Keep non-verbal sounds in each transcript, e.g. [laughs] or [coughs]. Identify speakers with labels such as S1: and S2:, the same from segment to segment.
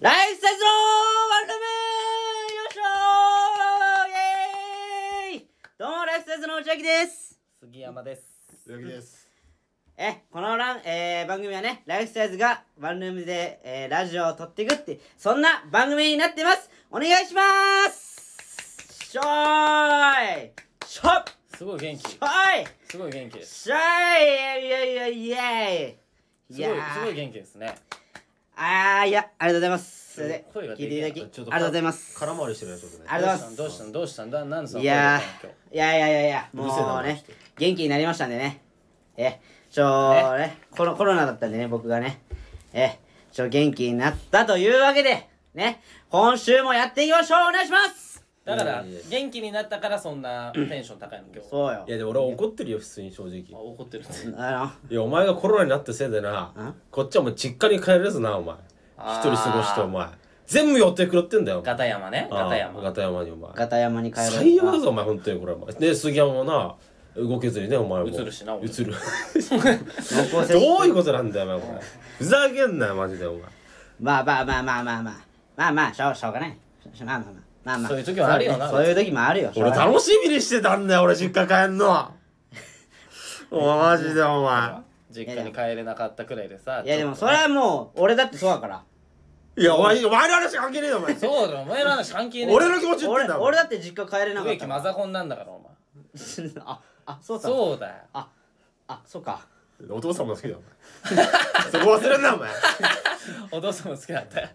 S1: ライフサイズのワンルームよいしょーイエーイどうも、ライフサイズの内明です。
S2: 杉山です。
S3: ゆきです。
S1: え、このラン、えー番組はね、ライフサイズがワンルームで、えーラジオを撮っていくって、そんな番組になってます。お願いしますしょーいしょっ
S2: すごい元気
S1: し。ょーい
S2: すごい元気です。
S1: しょーいイェイイェイイェイ
S2: す
S1: イェイいや
S2: ごい
S1: ー
S2: すごい元気ですね。
S1: あーいや、ありがとうございます。それで、
S2: 声が
S1: 聞いていただき、あ
S2: ちょ
S1: り
S2: っ
S1: がとうございます。
S3: 空回りしてるね、ちょっとね。
S1: ありがとうございます
S2: どうしたのどうしたのどうしたのだなんさ
S1: いやーいやいやいやいや
S3: うるせえな
S1: もう
S3: お前
S1: ね
S3: ちょっ
S1: 元気になりましたんでねえちょねコロコロナだったんでね僕がねえちょ元気になったというわけでね今週もやっていきましょうお願いします
S2: だから
S3: いやいやいや
S2: 元気になったからそんなテンション高いの今日。
S1: そうよ
S3: いやでも俺は怒ってるよ、普通に正直。
S2: あ怒ってる。
S1: あ
S3: いや、お前がコロナになったせいでな、こっちはもう実家に帰れずな、お前。
S2: あ
S3: 一
S2: ー
S3: 人過ごして、お前。全部予定狂ってんだよ。お前
S2: ガタ山ね。
S3: あー
S2: ガタ山。
S3: 片山に、お前
S1: の。片山に帰ろう
S3: 最悪だぞ、お前、本当にこれ。お前で、杉山もな、動けずにね、お前も。
S2: 映るしな俺
S3: 映
S2: [laughs]
S3: る。
S1: 濃厚接
S3: どういうことなんだよ、お前これ。ふざけんなよ、マジで、お前。
S1: まあまあまあまあまあまあまあまあしょうしょうがないしまあまあまあまあまあ
S2: そういう時はあるよな
S1: そういう時もあるよしょう
S3: 俺
S1: がない
S3: 楽しみにしてたんだよ、俺、実家帰
S2: [laughs]
S3: んの。お前、マジで、お前。
S2: 実家に帰れなかったくらいでさ。
S1: いやでも
S2: ちょ
S1: そ
S2: っと
S1: れ
S2: ね
S1: はもう俺だってそうだから
S3: いや、お前、お前の話関係ねえよ、お前。
S2: そうだよお前らの話関係ねえ。
S3: 俺の気持ち言って
S1: 俺
S3: んだもん
S1: 俺だって実家帰れなかっ
S2: 植木
S1: た
S2: マ
S1: もん
S2: ザコンなんだからお前。
S1: [laughs] ああそうだ
S2: そうだよ。
S1: あ、あ、そうか。
S3: お父さんも好きだよお前 [laughs] そこ忘れんなお前
S2: お父さんも好きだったよ。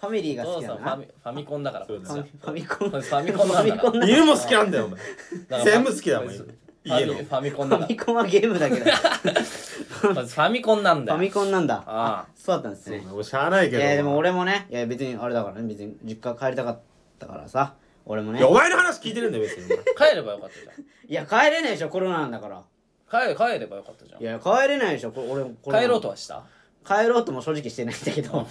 S1: ファミリーが
S2: お
S1: 好
S2: 父
S1: き
S2: さ
S1: だ
S2: んファ
S1: な。
S2: ミファミコンだから。
S3: そう
S2: こっち
S3: です
S2: は
S1: フ
S3: フ
S1: ァミコン。
S2: ファミコンなんだ
S1: ファミコン
S3: 犬も好きなんだよお
S2: だから
S3: 前全部好きだもん
S2: フ
S3: 家
S2: ァ
S3: の
S2: ミファミコン
S1: フ
S2: だ
S1: ァ
S2: か
S1: ミコンはゲームだけど。フ
S2: ら。まずファミコンなんだ
S1: ァ
S2: よ。
S1: ミコンなんだ。
S2: ああ
S1: そうだったんですね。
S3: もうしゃあない
S1: い
S3: けど
S1: や、でも俺もね、いや、別にあれだからね、別に実家帰りたかったからさ。俺も
S3: い
S1: ね
S3: や。お前の話聞いてるんだよ別にお
S2: 帰ればよかったじゃん。
S1: いや、帰れないでしょ、コロナなんだから。
S2: 帰れ帰ればよかったじゃ
S1: いや、帰れないでしょ、こ俺、コロナ
S2: ん帰ろうと。はした
S1: 帰ろうとも正直してないんだけど。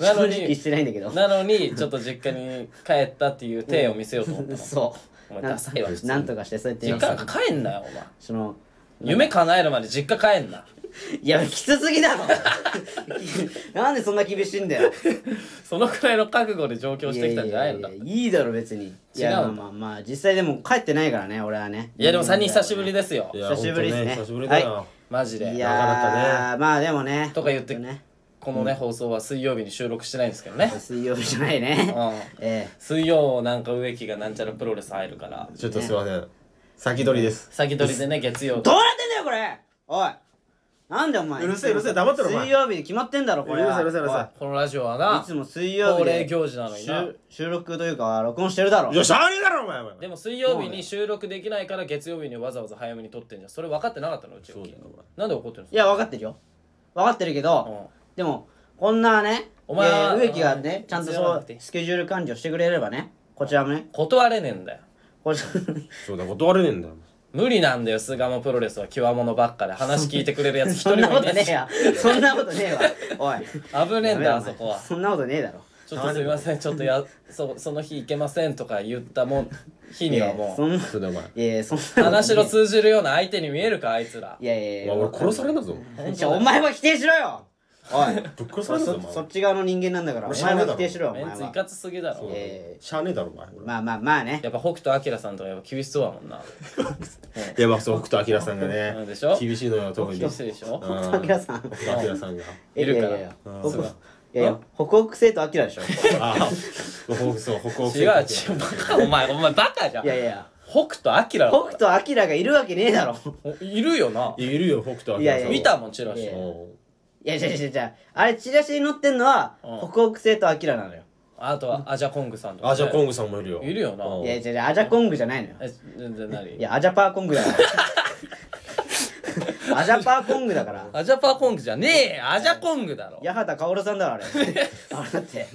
S2: な
S1: [laughs] 正
S2: のに
S1: 直してないんだけど。
S2: なのにちょっと実家に帰ったっていう体を見せようと思った
S1: [laughs]
S2: の、
S1: そ
S2: お
S1: う。
S2: 前
S1: な
S2: ダサいわ
S1: んなんとかして、そうやって
S2: 実家
S1: 今
S2: な
S1: さ
S2: んか帰んなよお前
S1: その、
S2: 夢叶えるまで実家帰んない
S1: や、きつすぎだろ [laughs] なんでそんな厳しいんだよ。
S2: そのくらいの覚悟で上京
S1: い
S2: して
S1: や
S2: き
S1: い
S2: た
S1: や
S2: ん
S1: い
S2: じゃ
S1: や
S2: ないん
S1: いや
S2: だいや
S1: いいだろ別にいや
S2: 違
S1: ま
S2: う
S1: あ
S2: んだ
S1: まあまあ実際でも帰ってないからね俺はね
S2: でも3人久しぶりですよ
S3: 前いや
S1: [laughs] 久しぶりですね
S3: ほんと久しぶりだ
S1: は
S3: よ
S2: マジで
S1: い
S3: なかな
S1: やーまあでもね
S2: とか言って
S1: ね
S2: このね、放送は水曜日に収録してないんですけどね
S1: 水曜日じゃないね
S2: [laughs] う
S1: え
S2: 水曜なんか植木がなんちゃらプロレス入るから
S3: ちょっとすいません先取りです
S2: 先取りでね月曜
S1: え
S2: 日
S1: どうなってんだよこれおいなんでお前
S3: うるせえうるせえ黙ってろお前
S1: 水曜日に決まってんだろこ
S3: う
S1: れ
S3: る
S1: は
S3: さいうるさいうるさ
S2: このラジオは
S1: おい
S2: ない
S1: つも水曜日
S2: 恒
S1: で
S2: 例行事なのにな
S1: 収収録というか録音してるだろ
S3: いいやしゃあねえだろお前お前
S2: でも水曜日に収録できないから月曜日にわざわざ早めに撮ってんじゃんそれ分かってなかったのうちの
S3: そうだよお前
S2: なんで怒ってるん
S1: い
S2: です
S1: や分かってるよ分かってるけど、
S2: か
S1: でもこんなね
S2: お前は
S1: えー植木がね
S2: うん
S1: ちゃんと
S2: 必要
S1: そ
S2: なく
S1: う
S2: て
S1: スケジュール管理をしてくれればねこちらもね
S2: 断れねえんだよ
S1: こち
S3: そうだ断れねえんだよ
S2: 無理なんだよ巣鴨プロレスは極物ばっかで話聞いてくれるやつ一
S1: そ
S2: 人
S1: んな
S2: も
S1: こ
S2: い
S1: と
S2: ない
S1: ねえ
S2: し
S1: や [laughs] そんなことねえわおい
S2: 危ねえんだよ
S1: や
S2: あ
S1: めろ
S2: そ
S1: お前
S2: こは
S1: そんなことねえだろ
S2: ちょっとすみませんちょっとやそその日行けませんとか言ったもん日にはも [laughs]
S1: いやいや
S3: そうだよお前
S1: そんいやいやそんなこ
S2: う
S1: とねえ
S2: 話の通じるような相手に見えるかあいつら
S1: いやいやいや
S3: お前俺殺されんだぞ
S1: ちょお前は否定しろよ
S2: [laughs]
S1: おい
S3: ぶっ殺さ
S1: そ
S3: れんだぞ
S1: そ
S3: お
S1: っち側の人間なんだからお
S3: 俺知ら
S1: 前は
S3: ねえだ
S1: 否
S3: ろ
S1: 定しろよお
S2: メ
S1: 前
S2: ンツい
S1: は
S2: かつすぎだろ
S1: いやい
S3: 前
S1: やいや
S3: しゃあねえだろお前
S1: まあまあまあね
S2: やっぱ北斗晶さんとかやっぱ厳しそうだもんない
S3: やまあそう北斗晶さんが
S2: うん
S3: ね
S2: でしょ
S3: 厳しいのよ特に
S2: 厳しいでしょ
S3: うん
S1: 北斗晶さん
S3: 北斗晶さんが
S2: いるから
S1: いやいやいや
S3: うん
S1: 僕
S3: そ
S1: い
S3: う
S2: だ
S1: やいや北北西とアキラでし
S2: [laughs]
S1: ょい
S3: ああそう
S1: [laughs]
S3: 北欧
S2: 違う違うバカお前お前バカじゃん
S1: やいや
S2: 北斗晶だろ
S1: 北斗アキラがいるわけねえだろ
S2: おいるよない
S3: るよ北斗晶さんはい
S1: やいや
S2: 見たもんチラ
S1: い
S2: シ
S1: やいや
S3: うん
S1: いや、違う違う違う。あれ、チラシに載ってんのは、
S2: うん
S1: 北北西とアキラなのよ。
S2: あとはアジャコングさんとかね
S3: あじゃあコングさんもいるよ
S2: いるよな
S3: うん
S1: いや、違う違う、アジャコングじゃないのよ。
S2: え全然何
S1: いや、アジャパーコング
S3: [laughs]
S1: だから。アジャパーコングだから。
S2: アジャパーコングじゃねえよアジャコングだろ
S1: 八幡薫さんだ
S3: [laughs]
S1: ろ、あれ。あれだって。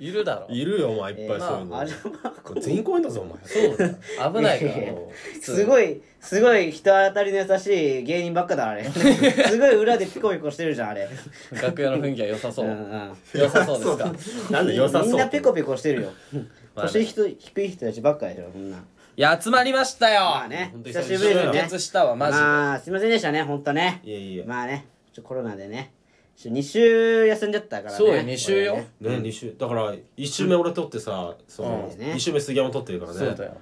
S2: いいるだろ
S3: いるよお前いっぱいそういう
S1: ア
S3: の
S1: ジャパーコング。
S3: 全員公演だぞお前
S2: そうだよ危ないか
S1: いやいや
S2: ら
S1: いや
S2: もう
S1: すごい、すごい人当たりの優しい芸人ばっかだ、あ
S2: [laughs]
S1: れ。すごい裏でピコピコしてるじゃん、あれ。
S2: 楽屋の雰囲気は良さそううん良さそうですか
S3: うなんで良さ
S1: うん。
S3: そう
S1: みんなピコピコしてるよ。
S2: まあね
S1: 腰低い低い人たちばっかでしょ、こんな。
S2: いや集まりましたよ
S1: まあね、
S3: 本当に
S1: 久しぶ
S3: 久しぶ
S1: り
S3: り
S1: です
S3: だ
S1: ね
S2: 集。結したわマジで
S1: まあすいませんでしたね本当ね
S3: いやいや
S1: まあねちょっとコロナでね2週休んじゃったからね
S2: そうよ二週よ
S1: 俺ね
S3: ね、二週だから1週目俺取ってさその
S1: うん
S3: 2週目杉山取ってるからね
S2: そうだよ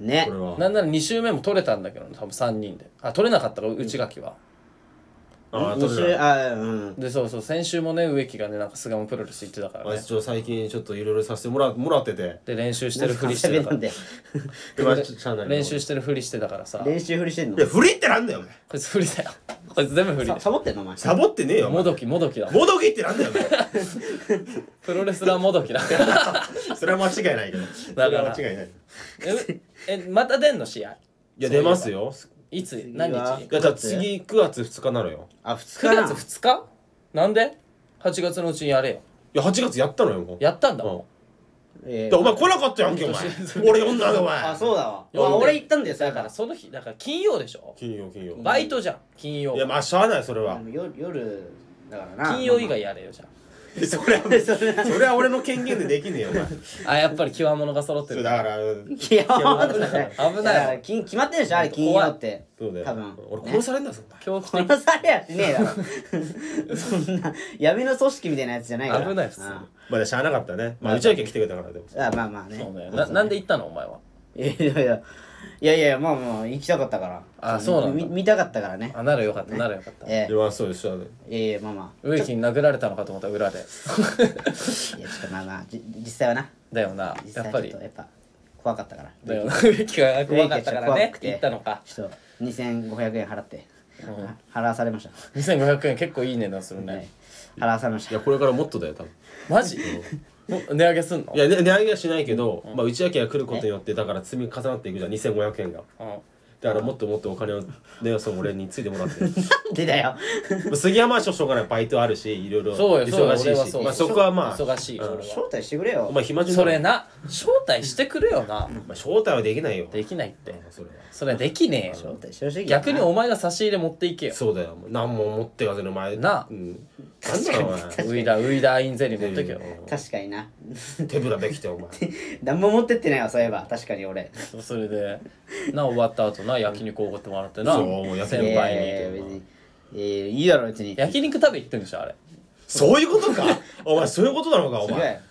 S1: ね
S3: これは
S2: なんなら2週目も取れたんだけどね多分3人であ取れなかったから内垣は、
S3: ああ
S1: 二
S3: 取れ
S1: 週
S3: ない
S1: あうん
S2: でそうそう先週もね植木がねなんか菅野プロレス行ってたから
S3: あい
S2: ね
S3: つちょ最近ちょっといろいろさせてもらもらってて
S2: で練習してるふりしてたから
S1: なんで
S3: でまあちょちゃんなりの
S2: 練習してるふりしてたからさこ
S1: 練習振りしてんの
S3: いやフリってなんだよお前
S2: いつふりだよこいつ全部ふり
S1: サ
S2: で
S1: サボってんのお前
S3: サボってねえよお
S2: も
S3: 前
S2: どきもどきだ
S3: もどきってなんだよお
S2: プロレスラーもどきだ
S3: 前それは間違いないけどそ
S2: ら
S3: れは間違いない
S2: ええまた出んの試合
S3: いや出ますよ
S2: いつ
S1: 次は
S2: 何日
S3: いやだから次9月2日なのよ
S1: あ二日
S2: 9
S1: な
S2: 月2日なんで ?8 月のうちにやれよ
S3: いや8月やったのよもう
S2: やったんだ
S3: う
S2: もん
S3: ん
S1: え
S3: で
S1: ー
S3: お前来なかったやんけお前俺呼んだのお前
S1: あそうだわ
S2: 呼んで
S1: あ俺行ったんだよ
S2: だからその日だから金曜でしょ
S3: 金曜金曜
S2: バイトじゃん金曜
S3: いやまあしゃあないそれは
S1: 夜夜だからな
S2: 金曜以外やれよじゃ
S3: それは
S1: それ
S3: それは俺の権限でできねえよお前
S2: んあやっぱり極物が揃って
S3: それ
S2: る
S3: だから
S1: いや危ない
S2: [laughs] 危ない
S1: だから金決まってるでしょあれ金曜って
S3: そうだよ
S1: 多分
S3: 俺殺されんだぞお前
S2: 狂気的
S1: 殺されやしねえだ
S2: [laughs]
S1: ろそんな闇の組織みたいなやつじゃないから
S2: 危ない普通に
S1: あ
S3: まだしゃあなかったねまあ内訳来てくれたからでも
S1: ああまあまあね
S2: そうねななんで行ったのお前はい
S1: やいやいやいやいやまあまあ行きたかったから
S2: あそうなんだ
S1: み見たかったからね
S2: あならよかったならよかった
S1: え
S3: でまあそうでしょ
S1: えいやいやまあま
S2: 植木に殴られたのかと思った裏
S1: あ
S2: で
S1: いやちょっとまあまあじ実際はな
S2: だよな
S1: 実際
S2: やっ
S1: はちょ
S2: ぱ
S1: っ
S2: り
S1: とやっぱ怖かったから
S2: だよな植木が怖かったから
S1: 怖
S2: ね
S1: くて
S2: 行ったのか
S1: ちょっと2500円払って、は払わされました、
S2: 2500円結構いい値段する
S1: はい
S2: ね
S1: 払わされまし
S2: [laughs]
S3: い
S1: た
S3: やこれからもっとだよ多分
S2: マジもう値上げすんの
S3: いやね値上げはしないけどまあ内訳が来ることによってだから積み重なっていくじゃん2500円が
S2: うん
S3: だからもっともっとお金をねその俺についてもらって
S2: [laughs]
S1: なんでだよ
S3: まあ杉山はしょしょうがないバイトあるしいろいろ
S2: そうよそうよ
S3: 忙し
S2: 俺
S3: い
S2: は
S3: し
S2: そう
S3: まあそこはまあ
S2: 忙しい
S3: うん
S2: 俺は
S1: 招待してくれよ
S3: お前暇じゃ
S2: それな招待してくれよな
S3: まあ招待はできないよ
S2: できないって
S3: うんそれは
S2: それできねえ
S1: 招
S2: よ
S1: 待してほしいけどな
S2: 逆にお前が差し入れ持っていけよ
S3: そうだよ何も持ってかせる前
S2: なあ
S3: うんなんだろお前
S2: ウイダーウイダーインゼリー持ってけよ
S1: 確かにな
S3: 手ぶらできてお前
S1: 何も持ってってないわそういえば確かに俺
S2: それでな終わった後な焼肉おごってもらってな
S3: そうもう焼肉
S2: 先輩
S1: いやいやいや
S2: に
S1: 別にいやいやいいだろ別に
S2: 焼肉食べ行ってんでしょあれ
S3: そういうことかお前そういうことなのかお
S1: 違う
S3: 前
S1: よ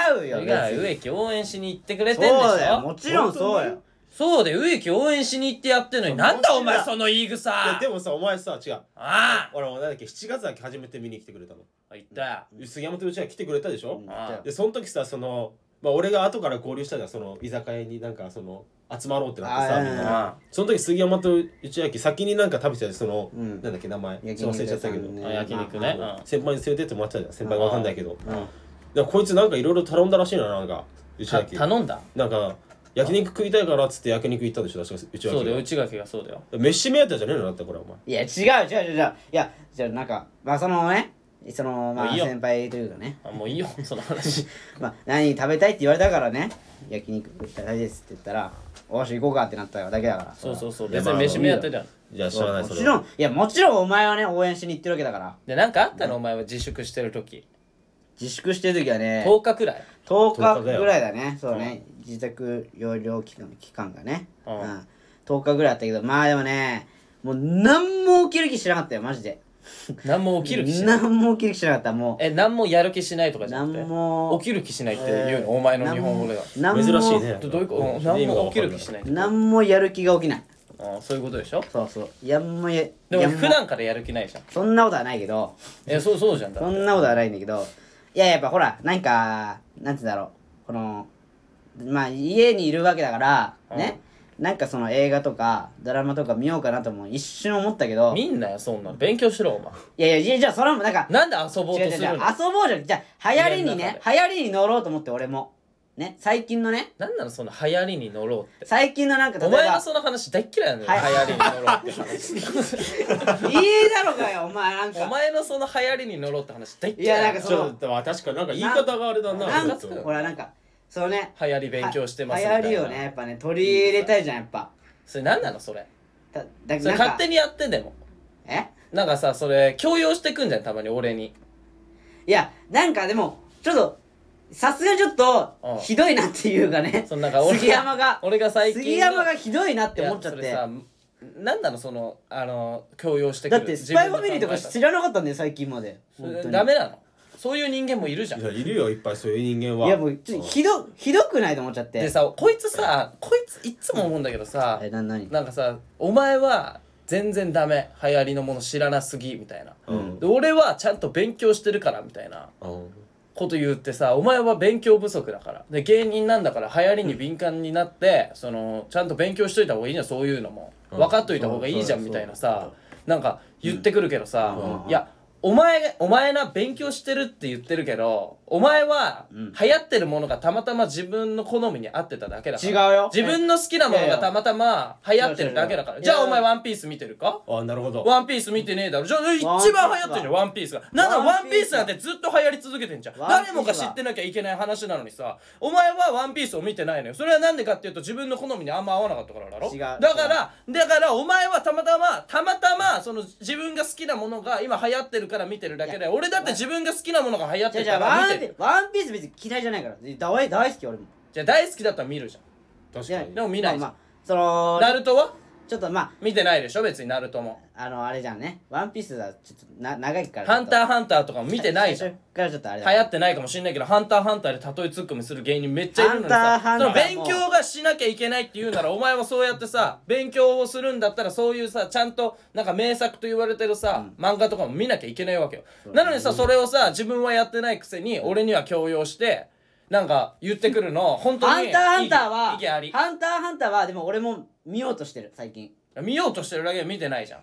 S1: 違うよ
S2: だから
S1: 別に
S2: 植木応援しに行ってくれてんでし
S1: そうだよも
S2: ょ
S1: ちろんそうよ
S2: そうで植木応援しに行ってやってんのになんだお前
S3: 本当
S2: その言い草
S3: いや
S2: あ
S3: でもさお前さ違う
S2: あ
S3: 俺もなんだっけ7月だけ初めて見に来てくれたの
S2: 言ったよ
S3: 杉山とうちが来てくれたでしょ、
S2: あ
S3: でその時さそのまあ俺が後から交流したじゃんその居酒屋になんかその集まろうってなって
S1: あ
S3: さ
S1: ー
S3: みん
S1: うん
S3: な
S2: あ
S3: その時杉山と内明先になんか食べてたよその、
S1: うん
S3: なんだっけ名前
S1: 焼
S3: ちょっと忘れちゃ
S1: 肉
S3: ったけど、
S2: あ焼肉ね
S1: まあ
S2: うん
S3: 先輩に連れてってもらってたじゃん先輩わかんないけど
S1: まあうん
S3: でこいつなんかいろいろ頼んだらしいななんか内
S2: た
S3: 明
S2: 頼んだ
S3: なんか焼肉食いたいからっつって焼肉行ったんでしょ確か内明が
S2: そうだよ内垣がそうだよ
S3: 飯目当てじゃねえのだってこれお前
S1: いや違う違う違う違ういやじゃあなんかまあそのねそのま
S2: も
S1: あ
S2: ういいよ
S1: 先輩というかね
S2: あもういいよ [laughs] その話
S1: まあ何食べたいって言われたからね焼肉食ったいですって言ったらおし行こうかってなっただけだから
S2: そうそうそう
S3: いや
S2: 別
S3: まあ
S2: に飯目当てだよ
S3: じゃあ知らない
S1: も
S3: それ
S1: ちろんいやもちろんお前はね応援しに行ってるわけだから
S2: でなんかあったのお前は自粛してる時
S1: 自粛してる時はね
S2: 10日くらい
S1: 10日ぐらいだねそうね自宅療養期間期間がね、
S2: うん
S1: うん10日ぐらいあったけどまあでもねもう何も起きる気しなかったよマジで
S2: 何も起きる気しない
S1: 何も起きる気しなかったもう
S2: え何もやる気しないとかじゃなくて
S1: 何も
S2: 起きる気しないって言うのお前の日本語では
S1: 何も
S3: 珍しいね
S2: どどういうことうん何も起きる気しないとか
S1: 何もやる気が起きない
S2: あそういうことでしょ
S1: そうそうやんもや
S2: でも
S1: やんも
S2: 普段からやる気ないじゃん
S1: そんなことはないけど
S2: えそうそうじゃんだ
S1: そ
S2: って
S1: んなことはないんだけどいややっぱほらなんかなんて言うんだろうこのまあ家にいるわけだからね、なんかその映画とかドラマとか見ようかなとも一瞬思ったけどい
S2: みんなよそんなの勉強しろお前
S1: やいやいやじゃあそれはもうなんか
S2: なんで遊ぼう
S1: 違う
S2: と
S1: 違う違う
S2: す
S1: 遊
S2: るの
S1: ぼうじゃんじゃあ流行りにね
S2: 家
S1: 流行りに乗ろうと思って俺もね最近のね
S2: なんなのそんな流行りに乗ろうって
S1: 最近のなんか例え
S2: お前
S1: ば
S2: のその話大っ嫌いなのよ流
S1: はい
S2: 行りに乗ろうって
S1: [laughs] いい
S2: 話
S1: だろうかよお前なん
S2: お
S1: か
S2: 前のその流行りに乗ろうって話大っ
S1: いや
S2: 嫌
S1: ないん
S2: な
S1: か
S2: の
S1: そ
S3: ちょっと確かになんか言い方があれだな
S1: なん
S3: ち
S1: か
S3: ょっと
S1: ほらなんかそのね
S2: 流行り勉強してますみ
S1: 流行
S2: たいな
S1: りをねやっぱね取り入れたいじゃんやっぱ
S2: それ何なのそれ
S1: だだなん
S2: それ勝
S1: か
S2: 手にやってでも
S1: え
S2: なんかさそれ強要してくんじゃんたまに俺に
S1: いや、なんかでも、ちょっと、さすがちょっと
S2: うん、
S1: ひどいなっていうかね。
S2: そのなんか俺
S1: 杉山が、
S2: 俺が最近の
S1: 杉山がひどいなって
S2: いや
S1: 思っちゃっ
S2: それ
S1: て
S2: さ。なんなのそのあの強要してく
S1: だ
S2: る
S1: ってスパイファミリーとか
S2: 自
S1: 知
S2: 分
S1: らなかったんだよ最近まで
S2: の考
S1: 本
S2: え
S1: 当
S2: 方
S1: に
S2: ダメなのそういう人間もいるじゃん
S3: いやいるよいっぱいそういう人間はい
S1: やもうちょっとひどひどくないと思っちゃっ
S2: で
S1: て
S2: さこいつさこいついっつも思うんだけどさ
S1: えな何
S2: なんかさお前は全然ダメ流行りのもの知らなすぎみたいな
S3: うん
S2: で俺はちゃんと勉強してるからみたいな
S3: うん
S2: こと言ってさお前は勉強不足だからで芸人なんだから流行りに敏感になって、そのちゃんと勉強しといた方がいいじゃんそういうのも、
S3: うん
S2: 分かっといた方がいいじゃんみ
S3: そうそう
S2: たいなさなんか言ってくるけどさ、
S1: うん
S2: いやお前お前な勉強してるって言ってるけどお前は
S1: うん
S2: 流行ってるものがたまたま自分の好みに合ってただけだから
S1: 違うよ
S2: 自分の好きなもの
S1: いやいや
S2: がたまたま流行ってるだけだから
S1: い
S2: じ
S1: やい
S2: ゃ
S1: や
S2: あお前ワンピース見てるか
S3: あなるほど
S2: ワンピース見てねえだろじゃあ一番流行ってるじゃんワンピースがなんだ
S1: ワン
S2: ワン
S1: ピ
S2: ピ
S1: ー
S2: ー
S1: ス
S2: ス
S1: は
S2: なんてずっと流行り続けてんじゃん
S1: ワンピースは
S2: 誰もが知ってなきゃいけない話なのにさお前はワンピースを見てないのよそれはなんでかっていうと自分の好みにあんま合わなかったからだろ
S1: 違う
S2: だからだからお前はたまたまたまたまその自分が好きなものが今流行ってるから見てるだけで俺だって自分が好きなものが流行っ
S1: じ
S2: て
S1: ゃあ
S2: る
S1: じゃ
S2: か
S1: あワ
S2: ら
S1: ン
S2: 見て
S1: ピ
S2: る
S1: ワンピース別に嫌いじゃないから大大好き俺も
S2: じゃあ大好きだったら見るじゃ
S3: 確
S1: じゃ
S3: か
S1: あ
S3: に
S2: でも見ない
S1: まあまあその
S2: んナルトは
S1: ちょっとま
S2: 見てないでしょ別にナルトも
S1: ああのあれじゃんねワンピースはちょっとな長いから
S2: ハンタ
S1: ー
S2: ーハンターとかも見てないじゃん
S1: からちょっとあれだ
S2: 流行ってないかもしれないけど「ハンターハンター」で例えツッコミする芸人めっちゃいる
S1: ハ
S2: のに
S1: ンター
S2: さ
S1: ハン
S2: そ
S1: ター
S2: の勉強がしなきゃいけないって言うならお前はそうやってさ勉強をするんだったらそういうさちゃんとなんか名作と言われてるさ、漫画とかも見なきゃいけないわけよなのにさそれをさ自分はやってないくせに俺には強要してなんか言ってくるの本当
S1: ハ
S2: に
S1: ンターハンター
S2: 意義あ
S1: は
S2: り
S1: ハンターハンターはでも俺も見ようとしてる最近
S2: 見ようとしてるだけで見てないじゃん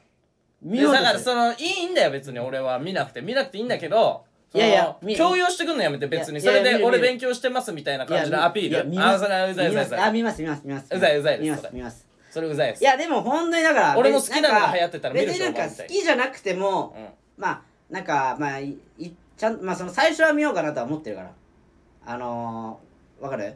S1: 見ようと
S2: だか
S1: し
S2: ら
S1: てる
S2: そのいいんだよ別に俺は見なくて見なくていいんだけどその
S1: いやいやみ
S2: 強要してくんのやめて別に
S1: い
S2: そ
S1: やいや
S2: れで
S1: 見る
S2: 俺
S1: 見る
S2: 勉強してますみたいない
S1: や
S2: 感じのアピ
S1: いや
S2: ー
S1: 見
S2: ル
S1: ま
S2: あ
S1: す
S2: それはうざいうざい
S1: 見
S2: うざ
S1: ますあ
S2: い
S1: 見ます見ます見ます
S2: うざいうざいです
S1: 見ます
S2: それ
S1: 見ます
S2: それうざいです
S1: いやでも本当にだから
S2: 俺も好きなの
S1: 別に
S2: が
S1: んか
S2: 流行ってたら見るでしょ
S1: 別になん
S2: お
S1: か
S2: 前みた
S1: 好
S2: いに
S1: きじゃなくても
S2: うん
S1: まあなんかまあいいちゃんまあその最初は見ようかなとは思ってるからあのーわかる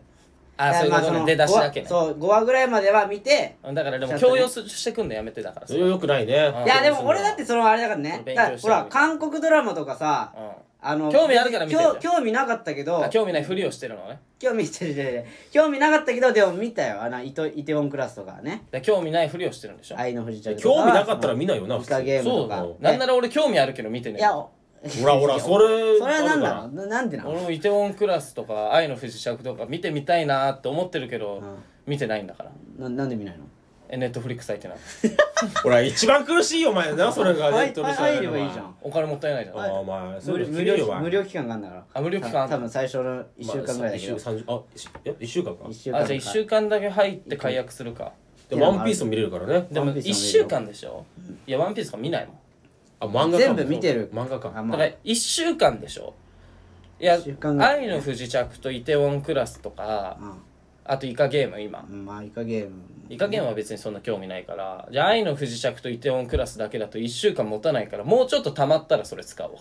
S2: あそういうこと
S1: ま
S2: ね
S1: の
S2: 出だしだけね
S1: ごわそう5話ぐらいまでは見て
S2: うんだからで
S1: ちゃ
S2: も
S1: んとね
S2: 強要すしてくんのやめてだから
S3: それよくないね
S2: うん
S1: いやでも俺だってそのあれだからね
S2: 勉
S1: だ
S2: 強
S1: か
S2: して
S1: ら
S2: る
S1: ほら韓国ドラマとかさ
S2: う
S1: あの
S2: 興味あるから見てる
S1: 興興味なかったけど
S2: んあ興味ないふりをしてるのね
S1: 興味してるしてる興味なかったけどでも見たよあのイトイテウォンクラスとかね
S2: で興味ないふりをしてるんでしょ
S1: 愛の不時着とか
S3: 興味なかったら見ないよな
S1: イカゲーム
S2: そ
S1: と
S2: う
S1: か
S2: だ
S1: ね
S2: なんなら俺興味あるけど見てね
S1: いやお
S3: ほらほらそれ
S1: [laughs] それは何なの
S3: あるか
S1: ななんでな
S2: 俺
S1: の
S2: もイテウォンクラスとか愛の不時着とか見てみたいなって思ってるけど
S1: ん
S2: 見てないんだから
S1: ななんで見ないの
S2: えネットフリックス入ってない
S3: らほら一番苦しいよお前なそれが
S1: 入
S3: ネットにさ
S1: 入ればいいじゃん
S2: お金もったいないじゃん
S3: あお前そ
S1: 無
S3: れ
S1: 料無
S3: 無理よお
S1: 料
S3: 前
S1: 無料期間があるんだから
S2: あ無料期間
S1: た多分最初の1週間ぐらいだけど
S3: まあさ一週30あ一週いや一週間か
S1: 一週間
S2: あじゃあ1週間だけ入って解約するか
S3: でワンピースも見れるからね
S2: で
S1: ワ
S2: も
S1: ンピースは見る
S2: 1週間でしょいやワンピースか見ないもん
S3: あ漫画か
S1: 全部見てる
S3: 漫画
S1: あ
S3: か
S1: ま
S2: だ
S1: あ
S2: から1週間でしょいや
S1: 一週間
S2: 「
S1: ぐらい
S2: 愛の不時着」と「イテウォンクラス」とかあと「イカゲーム」今
S1: うんまあイカゲーム
S2: イカゲームは別にそんな興味ないからじゃあ「愛の不時着」と「イテウォンクラス」だけだと1週間持たないからもうちょっと溜まったらそれ使おう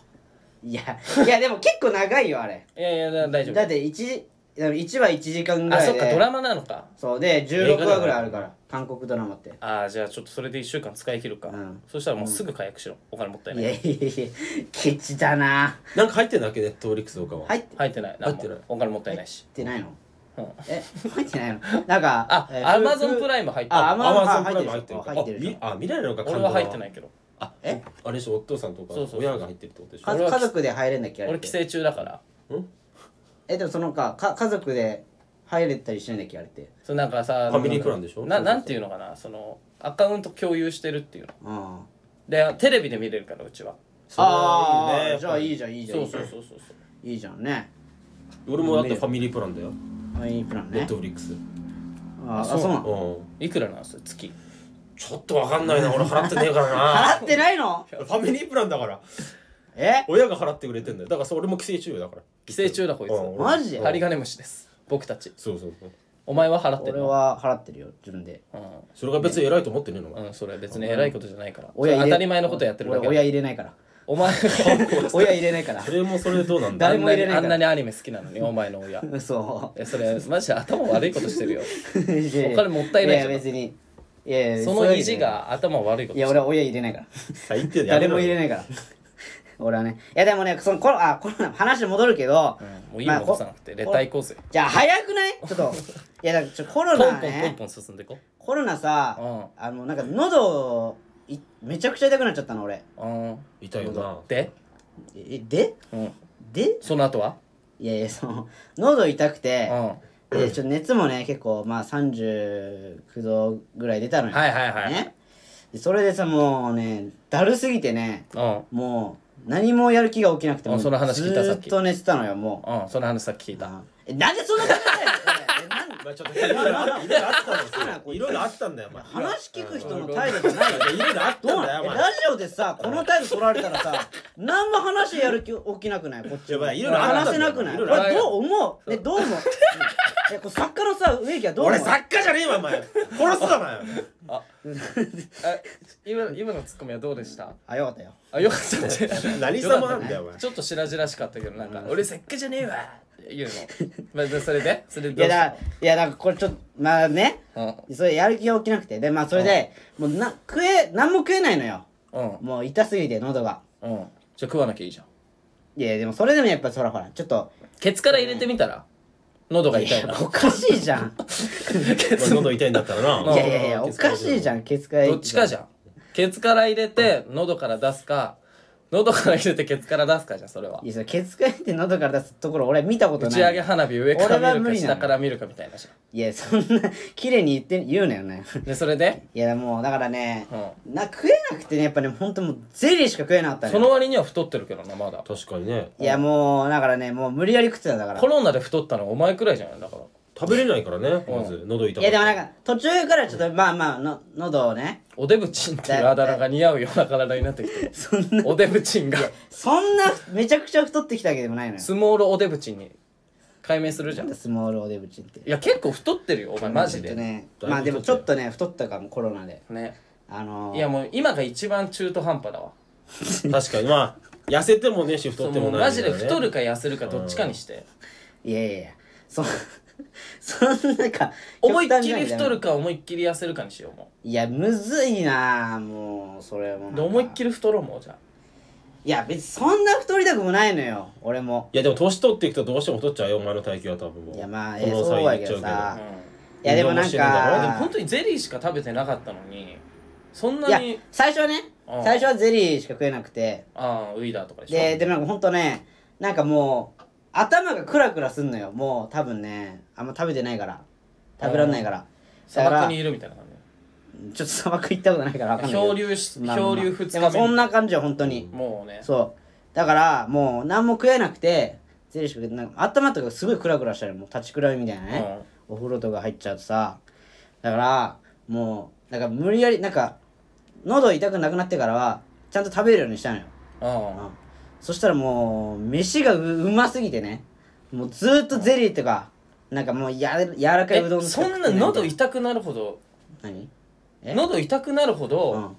S1: いやいやでも結構長いよあれ
S2: いやいやだ大丈夫
S1: だって1一話1時間ぐら
S2: あ
S1: いで
S2: そっかドラマなのか
S1: そうで
S3: 映
S1: 16
S3: 画だから
S1: 話ぐらいあるから韓国ドラマって
S2: あーじゃあちょっとそれで1週間使い切るか、
S1: うん
S2: そしたらもうすぐ解約しろお金もったいないい
S1: やいやいやケチだな
S3: なんか入ってんだっけネットフリックスとかは
S1: 入って
S2: 入ってない
S3: 入ってない
S2: お金もったいないし
S1: ってないの
S2: うん
S1: え入ってないのなんか
S2: あ
S1: え
S2: アマゾン
S1: ふ
S2: プライム入ってる
S1: あア
S3: アマゾン
S1: マゾ
S3: プライ
S1: ン
S3: ム
S1: 入
S3: 入
S1: っ
S3: っ
S1: る
S3: ててる
S1: あ
S3: か
S1: 入ってるでしょ
S3: あみあ見られるのか
S2: 俺は入ってないけど
S3: あ
S1: え
S3: えあれでしょお父さんとか
S2: そうそうそう
S3: 親が入ってるってことでし
S1: か
S2: あ
S3: ょ
S2: 俺は
S1: 家族で入れんだっけあれ
S2: 俺
S1: って
S2: 寄生虫だから
S1: えでもそのかか家族で入れたりしないんだっけあれって
S2: そうなんかさ
S3: ファミリープランでしょ
S2: な
S3: そうそうそう
S2: なんていうのかなそのアカウント共有してるっていうの
S1: うん
S2: でテレビで見れるからうちは
S1: あ
S3: それはいい
S1: あ
S3: ね
S1: じゃあいいじゃんいいじゃん
S2: そうそ
S1: い
S2: う
S1: いじゃん
S2: そうそうそう
S1: いいじゃんね
S3: 俺もだってファミリープランだよ
S1: あいいプラン
S3: ネッ
S1: ね
S3: トフリックス
S1: ああ
S2: あそ
S1: そう
S2: う
S1: なの
S3: う
S2: いくらなんすよ月
S3: んちょっとわかんないな俺払ってねえからな
S1: 払ってないの
S3: ファミリープランだから
S1: え
S3: 親が払ってくれてんだよだからそれも寄生虫よだから
S2: 寄生虫だこいつ
S3: うん俺
S1: マジで
S3: うん
S2: 針金虫です僕たち
S3: そうそうそう
S2: お前は払って
S1: 俺
S2: るの
S1: は払ってるよ自分で
S3: それが別に偉いと思ってねえのお
S2: う
S3: 前
S2: ん、うん、それ別に偉いことじゃないから
S1: 親入れ
S2: それ当たり前のことやってるだけ
S1: 俺
S2: だ
S1: 親入れない
S2: [laughs]
S1: から
S2: お前
S1: 親入れないから
S3: それもそれでどうなんだ
S1: [laughs]
S2: あ
S1: 誰
S2: ん
S1: も
S2: な
S1: 入
S2: に
S1: れない
S2: あ
S1: から
S2: んなにアニメ好きなのにお前の親 [laughs]
S1: 嘘
S2: えそれマジで頭悪いことし
S1: [laughs]
S2: てるよ
S1: お
S2: お金もったいないじゃん
S1: いや別にいやいや
S2: そ
S1: れは入
S2: の
S1: れない
S2: 意地が頭悪いこ
S1: い
S2: として
S1: や
S2: る
S1: 俺は親入れ
S2: [laughs]
S1: ないから
S3: 最低だ
S1: [laughs]
S3: よ
S1: 誰も入れないから俺はねいやでもねそのコロあコロナ話戻るけど、
S2: もういいも残さなくてレター行こうぜ
S1: じゃあ早くないちょっ
S2: [laughs]
S1: といやだからちょコロ
S2: ポ
S1: ナ
S2: ンポンポン
S1: ね
S2: ポン進んでいこ
S1: コロナさ、
S2: う
S1: あのなんか喉いめちゃくちゃ痛くなっちゃったの俺
S2: ううん
S3: 痛いよな
S2: で
S1: えで
S2: うん
S1: で
S2: その後はい
S1: やいやその喉痛く
S2: うん
S1: て、
S2: は
S1: でちょっと熱もね結構まあ39度ぐらい出たの
S2: い
S1: よ、
S2: はいはい、
S1: ね、でそれでさもうねだるすぎてね
S2: うん
S1: もう何もやる気が起きなくて
S2: あ
S1: もう
S2: その話聞いたさっき
S1: ずーっと寝てたのよも、
S2: うんその話さっき聞いうた
S1: えなんでそんなことないのえなん
S3: まあちょっといろいろあったんで
S1: [laughs]
S3: すよいろいろあったんだよお前
S1: 話聞く人の態度じゃないよ
S3: いろいろあっ
S1: ど
S3: た
S1: うん
S3: だ
S1: な
S3: よ
S1: ん
S3: お
S1: え
S3: 前
S1: ラジオでさこの態度取られたらさ何も話やる気起きなくないこっち
S3: いやまあいろいろあっ
S1: 話
S3: たんだよ
S1: せなくない
S3: い
S1: こ
S3: ろ
S1: れ
S3: いろあった
S1: どう思うねどう思ううんえこれ作家のさ植木はどう思う
S3: 俺作家じゃねえわお前殺すぞお前
S2: [laughs] え今今のツッコミはどうでした
S1: あよかったよ
S2: あよかったね
S3: [laughs] 何様なんだよお前
S2: ちょっと白々しかったけどなんか「俺せっかじゃねえわ」って言うのまあでそれでそれで
S1: い
S2: ど
S1: や
S2: うし
S1: だ
S2: た
S1: いやだからこれちょっとまあね
S2: の
S1: それやる気が起きなくてでまあそれでもうな食え何も食えないのよ
S2: うんうん
S1: もう痛すぎて喉が
S2: うんじゃあ食わなきゃいいじゃん
S1: いやでもそれでもやっぱそらほらちょっと
S2: ケツから入れてみたら喉が痛いな
S1: おかしいじゃ
S2: [laughs]
S1: ん
S3: まあ喉痛いんだったら
S1: い
S3: な
S1: やいやいやおかしいじゃんケツから
S2: どっちかじゃんケツから入れて喉から出すか喉から入れてケツから出すかじゃんそれはい
S1: やそれケツからって喉から出すところ俺見たこと
S2: 打
S1: ない
S2: ち上げ花火上か
S1: 俺は
S2: ら見
S1: 無
S2: るか
S1: 理なの
S2: 下から見るかみたいなじゃ
S1: いやそんな綺麗に言って言うなよね [laughs]
S2: んでそれで
S1: いやもうだからね、
S2: う
S1: な食えなくてねやっぱねほんともうゼリーしか食えなかったね
S2: その割には太ってるけどなまだ
S3: 確かにね
S1: いやもうだからねもう無理やり食ってただから
S2: コロナで太ったのはお前くらいじゃないだから
S3: 食べれないからねまず喉痛
S1: いやでもなん
S3: か
S1: か途中からちょっとまあまあの喉をね
S2: おでぶちんっていうあだ名が似合うような体になってき [laughs] てる
S1: そんな
S2: おでぶちんが
S1: そんなめちゃくちゃ太ってきたわけでもないのよ
S2: スモールおでぶちんに改名するじゃんい
S1: スモールおデブチンって
S2: や結構太ってるよお前マジ
S1: ちょっと
S2: で
S1: ねまあでもちょっとね太ったかもコロナで
S2: ね
S1: あのー、
S2: いやもう今が一番中途半端だわ
S3: 確かにまあ痩せてもねし太って
S2: も
S3: も
S2: う
S3: ない
S2: マジで太る
S3: か
S2: か痩せるかどっちかにして
S1: いやいやいやそ [laughs] そんなか
S2: 思いっ
S1: 極端
S2: き
S1: じゃな
S2: り
S1: い
S2: 太るか思いっきり痩せるかにしようも
S1: いやむずいなあもうそれもなん
S2: う
S1: か
S2: で思いっきり太ろうもうじゃ
S1: いや別にそんな太りたくもないのよ俺も
S3: いやでも年取っていくとどうしても太っちゃうよお前の体型は多分もう
S1: いやまあ
S3: こ
S1: え
S3: の
S1: そ
S3: 際
S1: う
S3: 言
S1: や
S3: っ
S1: け
S3: ちゃう
S1: どさ
S2: あ、うん
S1: いやでもなん
S3: 運動もしてるんだろ
S2: でも
S1: か
S2: 本当にゼリーしか食べてなかったのにそん
S1: い
S2: な
S1: や
S2: に
S1: 最初はね
S2: うん
S1: 最初はゼリーしか食えなくて
S2: ああウイダーとかでしょ
S1: ででもなんかほんとねなんかもう頭がクラクラすんのよもう多分ねあんま食べてないから食べらんないからだ
S2: 砂
S1: から
S2: 漠にいるみたいな感
S1: ちょっと砂漠行ったことないからわかん
S2: じ
S1: ないけど
S2: 漂流し
S1: まあまあ
S2: 漂流2
S1: でも
S2: 日目
S1: そんな感じよ本当に、
S2: もうね
S1: そうだからもう何も食えなくてゼリーしか食えなんか頭とかすごいクラクラしたりもう立ちくらみみたいなね、お風呂とか入っちゃうとさだからもうなんか無理やりなんか喉痛くなくなってからはちゃんと食べるようにしたのよ、
S2: うん
S1: うんそしたらもう飯がううますぎてねもうずーっとゼリーとかなんかもうや柔らかいうどん
S2: え
S1: しか
S2: そ
S1: 食っ
S2: ん
S1: て
S2: ない
S1: みたい
S2: 喉痛くなるほど
S1: 何え
S2: 喉痛くなるほど、
S1: うん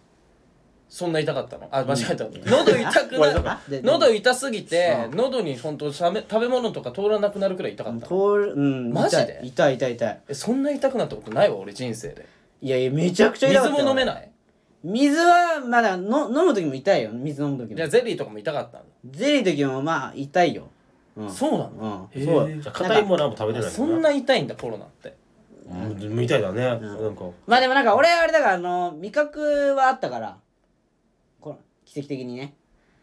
S2: そんな痛かったのあ間違
S1: [laughs]
S2: えた、喉痛く
S1: 俺と
S2: な
S1: かで
S2: 喉痛すぎて、
S1: う
S2: 喉に本当しゃべ食べ物とか通らなくなるくらい痛かった
S1: 通
S2: の
S1: るうん
S2: マジで
S1: 痛い痛い痛い痛い
S2: えそんな痛くなったことないわ俺人生で
S1: いやいやめちゃくちゃ痛かっ
S2: 水
S1: たよ
S2: も飲めない
S1: 水はまだの飲む時も痛いよ水飲む時
S2: じゃ
S1: も
S2: あゼリーとかも痛かったの、
S1: ゼリー時もまあ痛いようん
S2: そうな
S1: う
S2: の、
S1: ん
S2: へー
S1: そうよ
S3: じゃあ硬いものはもう食べてない
S2: そんな痛いんだコロナって
S3: うんみたいだねなんか
S1: まあでもなんか俺あれだからあの味覚はあったからこの奇跡的にね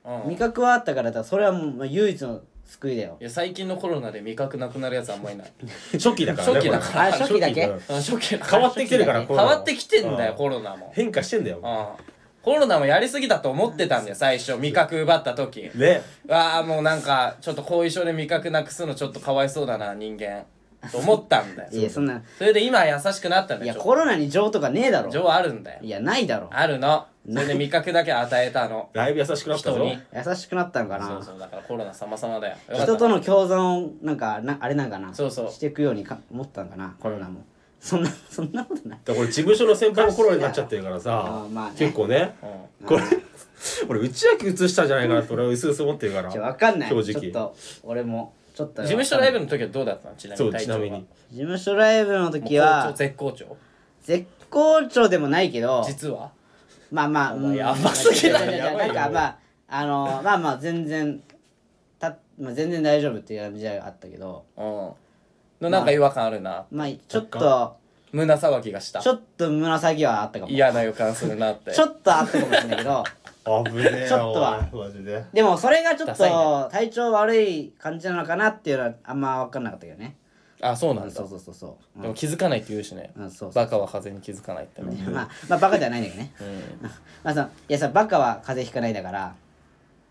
S2: うん
S1: 味
S2: い
S1: 覚はあったからだからそれはもうまあ唯一の救いだよ
S2: や最近のコロナで味覚なくなるやつあんま
S1: [laughs]
S2: いない
S3: 初期だからね
S2: 初期だ
S3: これ
S2: から
S1: あ初期だけ
S3: 初期
S2: あ初期
S3: だ変わってきてるから
S1: 初
S2: 変わって
S3: き
S2: きてんだよ
S3: うん
S2: コロナも
S3: 変化してんだよ
S2: うんコロナもやりすぎだと思ってたんだよ最初味覚奪った時
S3: ね
S2: わあもうなんかちょっと後遺症で味覚なくすのちょっとかわいそうだな人間と思ったんだ
S1: いや
S2: よ
S1: そんな
S2: それで今優しくなったん
S1: い
S2: だよ
S1: や
S2: ち
S1: コロナに情とかねえだ
S2: ょ
S1: ろ
S2: っと情あるんだよ
S1: いやないだろ
S2: あるのそれで味覚だけ与えたの
S3: だいぶ優しくなった
S2: 人
S3: ぞ
S2: に
S1: 優しくなったのか
S2: そう
S1: な
S2: そうだからコロナ様々だよよかった
S1: 人との共存なんかなあれなんかな
S2: そうそう
S1: していくようにか思ったのかなコロナもそんな [laughs] そんなことない
S3: だからこれ事務所の先輩もコロナになっちゃってるから
S1: あ
S3: さ
S1: ーまあね
S3: 結構ね
S2: う
S3: これ俺内訳映したんじゃないかなって俺はうすうす思ってるから
S1: ちょわかんない
S3: 正
S1: ちょっ
S3: 直
S1: と俺もちょっと
S2: ん事務所ライブの時はどうだったのちなみ
S3: そ
S2: に
S3: う
S2: 体
S3: ち
S2: 調は
S3: なみに
S1: 事務所ライブの
S2: もう
S1: 時
S2: 好調
S1: は
S2: 絶好調
S1: 絶好調でもないけど
S2: 実は
S1: まあまあ、うん
S2: やばすぎだろ
S1: いやいやいや
S3: やばい
S1: な
S3: よ
S1: んかまああのまあまあ全然たまあ、全然大丈夫っていう感じはあったけど
S2: うんのなんか違和感あるな
S1: まあちょっと
S2: 胸騒ぎがした
S1: ちょっと紫はあったかも
S2: 嫌な予感するなって
S1: ちょっとあったかもしれないけ
S2: [laughs]
S1: ど
S3: 危ねえ
S1: ちょっとは
S3: おいマジで
S1: でもそれがちょ
S2: ダ
S1: っ
S2: サい
S1: と体調悪い感じなのかなっていうのはあんま分かんなかったけどね
S2: あそう
S1: う
S2: なん
S1: ん
S2: だ
S1: そうそうそうそう、う
S2: で
S1: ん
S2: も気づかないって言うしね
S1: うんそうそう
S2: バカは風に気づかないってね
S1: まあ、まあバカではないんだけどね、まあそのいやさバカは風邪ひかないだから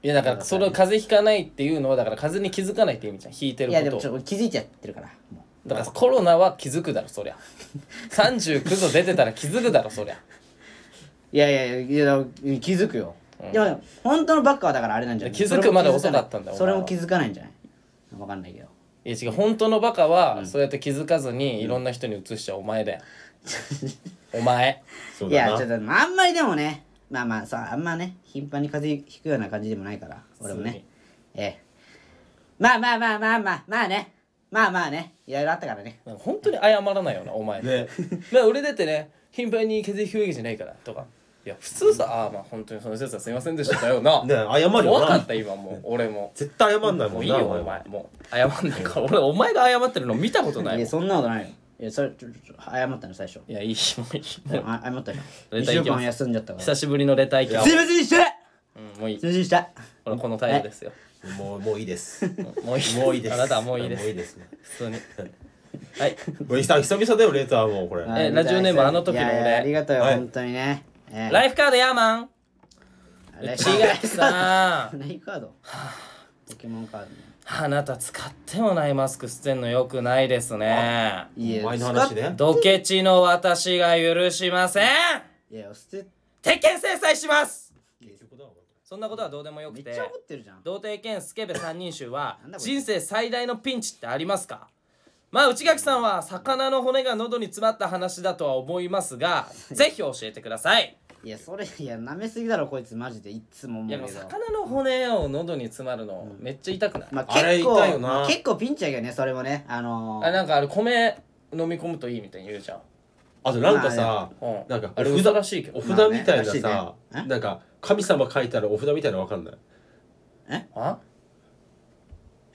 S2: いやだからそれを風邪ひかないっていうのはだから風邪に気づかないって意味じゃん引いて
S1: いやで
S2: る
S1: も
S2: こ
S1: ちょ
S2: と
S1: っと気づいちゃってるからも
S2: だからコロナは気づくだろそりゃ
S1: [laughs]
S2: 39度出てたら気づくだろそりゃ
S1: ういやいやいやいや気づくよ、でも本当のバカはだからあれなんじゃない
S2: 気づくまで遅かったんだ
S1: それも
S2: お前
S1: 気づかないそれも気づかないんじゃない分かんないけど
S2: いや違う本当のバカはそうやって気づかずにいろんな人に移しちゃうお前だよお前
S3: そう
S1: い
S3: だ
S1: や
S3: な
S1: ちょっとまああんまりでもねまあまあさあんまね頻繁に風邪ひくような感じでもないから俺も
S2: 普
S1: ね
S2: 通に
S1: ええまあまあまあまあまあまあねまあまあねいろいろあったからね
S2: なんか本当に謝らないよなお前
S3: ね
S2: [laughs] まあ俺だってね頻繁に風邪ひくわけじゃないからとかいや普通さ、ああまあ本当にその説はすいませんでしただよな、
S3: ね謝るよな
S2: 怖かった今もう俺も
S3: 絶対謝んな
S2: も
S3: いも
S2: うんいい
S3: な
S2: よお前もう謝んないから俺お前が謝ってるの見たことない
S1: い
S2: もん
S1: やそんなことないよいやそれちょちょちょ謝ったの最初
S2: いやいいもういいもう
S1: あ謝ったじゃん
S2: レ
S1: 1
S2: タ
S1: 週
S2: ー行きます
S1: 間休んじゃったから
S2: 久しぶりのレター行きます
S1: いませんでした
S2: うんもういい
S1: すいませんでした
S2: 俺この態度ですよ
S3: もうもういいです
S2: もういい
S3: もういいです
S2: あなたはもういいで
S3: もうい
S2: す
S3: いですね
S2: 普通にはい
S3: もう久々だよレーターもうこれ
S2: えラジオネームあの時の俺
S1: いやいやありがとうよ
S3: はい
S1: 本当にねええ
S2: ライフカードヤーマン
S1: ライフカード
S2: 違いさ
S1: ライフカードポケモンカードね
S2: あなた使ってもないマスク捨てんのよくないですね
S1: いや
S3: お前の話ね
S2: ドケチの私が許しません
S1: いや捨て
S2: 鉄拳制裁しますそんなことはどうでもよ
S1: め
S2: く
S1: ってちゃ怒ってるじゃん
S2: 童貞兼スケベ三人衆は
S1: なんだこれ
S2: 人生最大のピンチってありますかまあ内垣さんは魚の骨が喉に詰まった話だとは思いま
S1: [laughs]
S2: すがぜひ教えてください
S1: いやそれいや舐めすぎだろこいつマジでいつも
S2: い
S1: 思
S2: や
S1: う
S2: もう
S1: けど
S2: 魚の骨を喉に詰まるのめっちゃ痛くない、
S1: まあ
S3: あれ
S1: 結構
S3: 痛いよな
S1: まあ結構ピンチやけどねそれもねあのー
S2: あなんかあれ米飲み込むといいみたいに言うじゃん
S3: あとなんかさ
S2: うん
S3: なんか
S2: あれ
S3: お札
S2: 嘘らしいけど
S3: お札みたいな
S1: まあね
S3: さ
S1: らしいねえ
S3: なんか神様書いたらお札みたいなのわかんない
S2: あ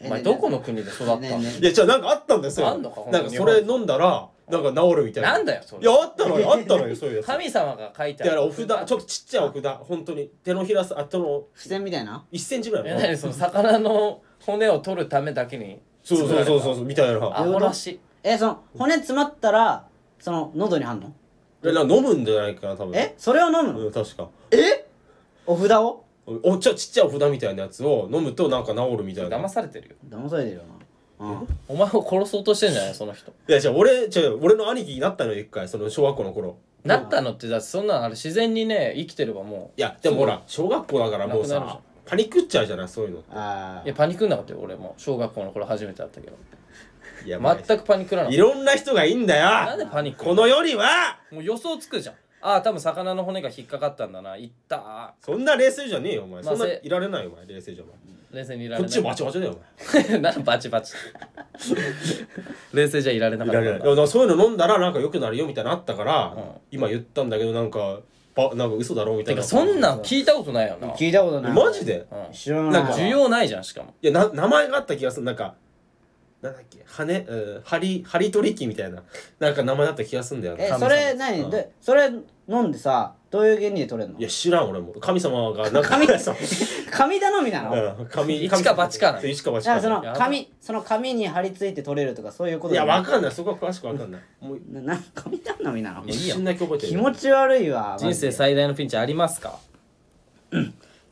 S1: え
S2: お前どこの国で育ったの、
S1: ねえねえ
S3: いやじゃあなんかあったんですよ
S2: あんのかほんと
S3: なんかそれ飲んだらなんか治るみたいな
S2: なんだよそ
S3: い
S2: れ
S3: やあったのよあったのよそういう
S2: [laughs]
S3: やつ
S2: 神様が書いて
S3: だ
S2: あ
S3: か
S2: る
S3: らお札ちょっとちっちゃいお札本当に手のひらさあとの
S1: 付箋みたいな
S3: 1センチぐらい
S2: い
S3: の
S2: や何その魚の骨を取るためだけに
S3: そうそうそうそうそうみたいな
S2: アホらしい
S1: えその骨詰まったらその喉にあんの
S3: えなんか飲むんじゃないかな多分
S1: えそれを飲むの
S3: うん確か
S1: お札を
S3: おちょちっちゃいお札みたいなやつを飲むとなんか治るみたいな
S2: 騙されてるよ
S1: 騙されてるよなうん
S2: お前を殺そうとしてんじゃないその人
S3: いやじゃあ俺じゃあ俺の兄貴になったのよ一回その小学校の頃
S2: [laughs] なったのってだってそんなのあれ自然にね生きてればもう
S3: いやでもほら小学校だから
S2: なくな
S3: もう
S2: るじゃ
S3: さ
S2: ん
S3: パニックっちゃうじゃないそういうの
S1: あ
S2: いやパニックんなかったよ俺も小学校の頃初めてだったけど
S3: いや
S2: 全くパニックらなか
S3: い
S2: っ
S3: ろんな人がいいんだよ
S2: たなんでパニック
S3: この世には
S2: もう予想つくじゃんああ多分魚の骨が引っかかったんだな行ったー
S3: そんな冷静じゃねえよお前
S2: まあ
S3: そんな
S2: せ
S3: いられないよお前冷静じゃお前
S2: 冷静にいられ
S3: こ
S2: な
S3: っ
S2: い
S3: ちもバチバチだよお前
S2: [laughs] なんバチバチ冷静じゃいられなかった
S3: いやいやだからそういうの飲んだらなんか良くなるよみたいなのあったから、今言ったんだけどなんかばなんか嘘だろみた
S2: て
S3: いな
S2: かそんなん聞いたことないよな、
S1: 聞いたことない
S3: マジで
S2: うん
S1: 知らない
S3: なんか
S2: 需要ないじゃんしかも
S3: いやな名前があった気がするなんかなんだっけ羽うんハリハリトリキみたいななんか名前だった気がするんだよ
S1: え
S3: 神様
S1: それ
S3: う
S1: 何
S3: ん
S1: でそれ飲んでさどういう原理で取れるの
S3: いや知らん俺も神様がなんか神 [laughs] 様
S1: 紙頼みなの
S3: うん神
S2: 一か八かな
S3: そう一か八
S1: じゃ
S3: か
S1: あその
S2: やば
S1: 紙その紙に貼り付いて取れるとかそういうこと
S3: いやわ
S1: か
S3: かんないそこは詳しくわかんないもう
S1: な [laughs] な紙頼みなの
S2: いや
S3: 一瞬だけ覚えてる
S1: 気持ち悪いわマ
S2: 人
S1: ジで
S2: 生最大のピンチありますか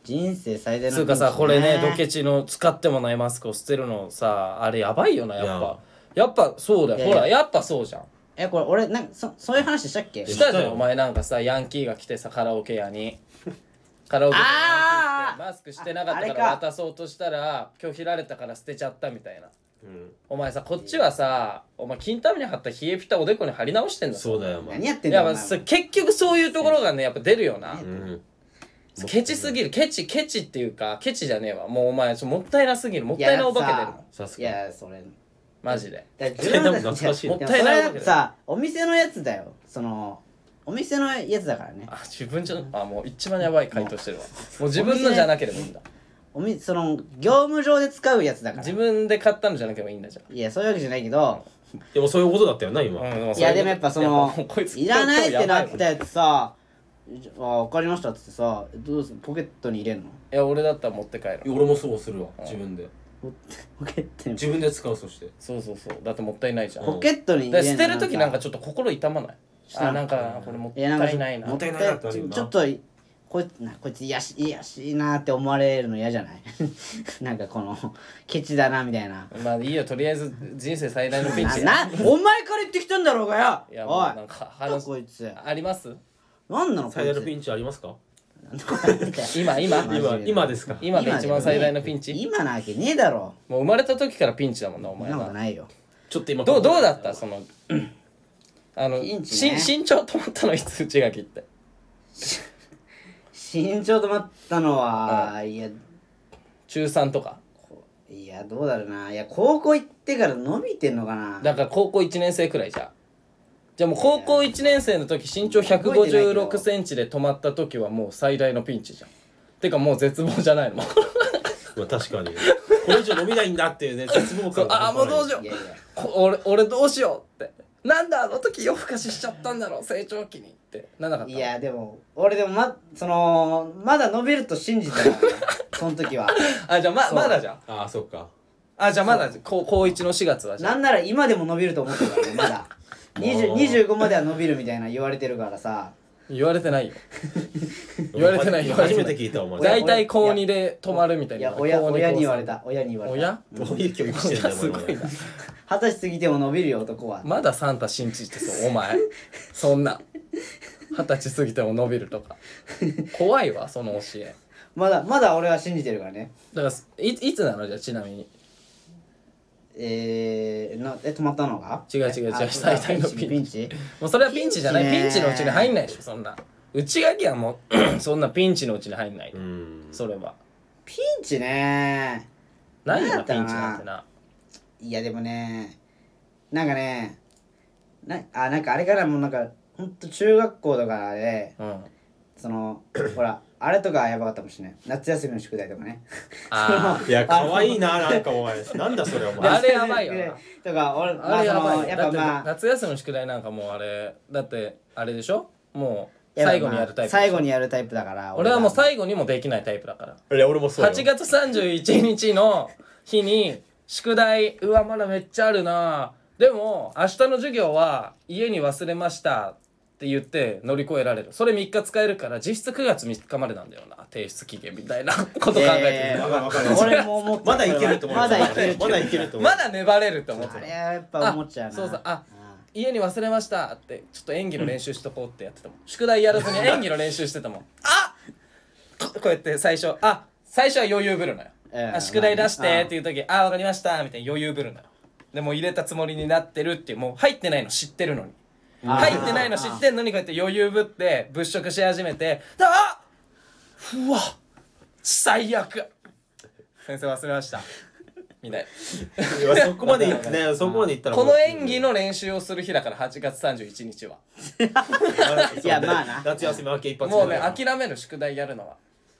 S1: 人生最大の
S2: つうかさこれねドケチの使ってもないマスクを捨てるのさあれやばいよなやっぱやっぱそうだよ
S1: いやいや
S2: ほらやっぱそうじゃん
S1: えこれ俺なんかそそういう話したっけ
S2: したじ
S3: した
S2: ゃん
S3: よ
S2: お前なんかさヤンキーが来てさカラオケ屋 [laughs] にカラオケでヤンキー来て
S1: あー
S2: マスクしてなかった
S1: ああ
S2: か
S1: れ
S2: ら
S1: か
S2: 渡そうとしたら拒否られたから捨てちゃったみたいな
S3: うん
S2: お前さこっちはさお前金玉に貼った冷えピタおでこに貼り直してんだ
S3: そうだよお前
S1: 何やって
S2: い
S1: んだ
S2: や
S1: よ
S2: ま
S1: お
S2: あ
S1: 前
S2: そ結局そういうところがねやっぱ出るよな
S3: うん
S2: ケチすぎるケチケチっていうかケチじゃねえわもうお前ちょもったいなすぎるもったいなお化け出るもん
S3: さす
S1: い
S3: が
S1: やそれ
S2: マジで
S1: だ
S3: 自分たちでも懐かしいね
S1: もったいないわけだよそれさお店のやつだよそのお店のやつだからね
S2: あ自分じゃあもう一番やばい回答してるわもう自分のじゃなければいいんだ
S1: おみその業務上で使うやつだから
S2: 自分で買ったのじゃなければいいんだじゃん
S1: いやそういうわけじゃないけど
S3: でもそういうことだったよな今、
S2: うん
S1: いやでもやっぱその
S2: やもうこつ
S1: いらないってなっ
S2: 今日やばいもん
S1: たやつさ「あ分かりました」っつってさどうするポケットに入れんの
S2: いや俺だったら持って帰る
S3: 俺もそうするわ自分で
S1: ポケットに
S3: 自分で使うそして
S2: そうそうそうだってもったいないじゃん
S1: ポケットに入
S2: だ
S1: れ
S2: から捨てる
S1: と
S2: 時
S1: き
S2: なんかちょっと心痛まない
S1: ら
S2: あなんかこれもっ
S1: い
S2: た
S1: やなんか
S2: いないな
S1: もったい
S3: もったいないなってある
S1: ち
S3: よな
S1: ょっとこいつなこいついやしいやしいなって思われるの嫌じゃない [laughs] なんかこのケチだなみたいな
S2: まあいいよとりあえず人生最大のピン
S1: な
S2: チ
S1: なお前から言ってきたんだろうがよ
S2: いやもう
S1: おい
S2: なんか
S1: なんだ
S2: 話
S1: こいつ
S2: あります
S1: なんなのこ
S3: 最
S1: い
S3: 大
S1: つ
S3: のピンチありますか
S1: なんだこいつ
S2: 今今
S1: マジ
S3: 今今ですか
S2: 今で一番最大のピンチ
S1: 今なわけねえだろ
S2: もう生まれた時からピンチだもんなお
S1: そん
S2: 前
S1: なこと
S2: は
S1: ないよ
S3: ちょっと今
S2: どうどうだったその [clears throat] あの
S1: ピンチ
S2: し
S1: ね
S2: 身長止まったのいつ内垣って
S1: 身長止まったのは、いや
S2: 中3とか
S1: いやどうだろうないや高校行ってから伸びてんのかな
S2: だから高校1年生くらいじゃんじゃあもう高校1年生の時身長1 5 6センチで止まった時はもう最大のピンチじゃんてかもう絶望じゃな
S1: [laughs]
S2: いのもう
S3: まあ確かにこれ以上伸びないんだっていう [laughs] ね絶望
S2: そう
S3: 感
S2: ああもうどうし
S3: よ
S2: よ
S1: いうやいや
S2: こ俺俺どうしようってなんであの時夜更かししちゃったんだろう成長期にってなんなかった
S1: いやでも俺でもまそのまだ伸びると信じて
S2: [laughs]
S1: たからねその時は
S2: あじゃあままだじゃん
S3: うああそっか
S2: あじゃあまだ高高1の4月はじゃあ
S1: なんなら今でも伸びると思ってたからねま
S2: [laughs]
S1: だ20 25までは伸びるみたいな言われてるからさ
S2: 言われてないよ言われてない言われ
S3: 初
S2: てな
S3: め
S2: い
S3: て聞いたお前
S2: 大体高2で止まるみたい
S1: い
S2: な
S1: や親
S2: 高二
S1: 親に言われ
S2: 高
S1: た親に言わ
S2: 三
S1: れた
S2: 親
S3: どういう教育してんだよ
S2: すごいな
S1: 二十歳過ぎても伸びるよ男は、
S2: まだサンタ信じてそうお
S1: [laughs]
S2: 前そんな二十歳過ぎても伸びるとか怖いわその教え
S1: まだまだ俺は信じてるからね
S2: だからいいつなのじゃあちなみに
S1: えー、なえ止まったのが
S2: 違う違う違う
S1: あ
S2: 最大のピンチ
S1: ピンチ
S2: もうそれはピンチじゃない
S1: ピ
S2: ピ
S1: ン
S2: ン
S1: チね
S2: チのうちに入んないでしょそんな内垣はもう [clears throat] そんなピンチのうちに入んない、
S3: うん
S2: それは
S1: ピンチね
S2: ないよ
S1: なんだっ
S2: なピ
S1: たか
S2: ン
S1: な
S2: チなんてない
S1: やでもねなんかねなあなんかあれからもうなんかほんと中学校とかで
S2: うん
S1: [laughs] そ
S3: [coughs]
S1: のほらあれとかやばかったかもしれない夏休みの宿題とかね
S2: あ
S1: [laughs]
S2: ー
S3: いや可愛いななんかお前なんだそれお前
S2: あれやばいよな
S1: [laughs] とか俺ま
S2: あ
S1: あ
S2: れ
S1: そ
S2: やばい
S1: の
S2: よ
S1: やっ
S2: だ
S1: ぱ
S2: って
S1: まあ
S2: 夏休みの宿題なんかもうあれだってあれでしょもう
S1: やっぱまあ
S2: 最後にやるタイプでしょ
S1: 最後にやるタイプだから
S2: 俺はもう
S1: 最
S2: 最後にもできないタイプだから
S3: いや俺もそうよ
S2: 8月31日の日に宿題うわまだめっちゃあるなでも明日の授業は家に忘れましたって言って乗り越えられるそれ3日使えるから実質9月3日までなんだよな提出期限みたいなこと考えて
S3: わ
S2: る
S3: かるわかる
S1: 俺も思ってた
S3: まだいけると思う
S1: まだいける
S3: まだいけると思う
S2: まだ粘れるって思って
S1: あ
S2: た
S1: れはやっぱ思っちゃうな
S2: あそうそうあ
S1: ん
S2: 家に忘れましたってちょっと演技の練習しとこうってやってたもん、宿題やらずに演技の練習してた
S1: [laughs]
S2: もんあこうやって最初あ最初は余裕ぶるのよ、
S1: ええ
S2: あ宿題出し
S1: まあね
S2: てっていう時、あわかりましたみたいな余裕ぶるのよでもう入れたつもりになってるっていうもう入ってないの知ってるのに
S1: あー
S2: 入ってないの知ってんのにこうやって余裕ぶって物色し始めてあうわ最悪先生忘れましたみたいない
S3: やそこまでい
S2: [laughs]
S3: ねそこまでいったらも
S2: こ
S3: う
S2: の演技の練習をする日だから8月31日は
S1: いやまあな
S2: [laughs]
S3: 夏休み明け一発目
S2: もうね諦める宿題やるのは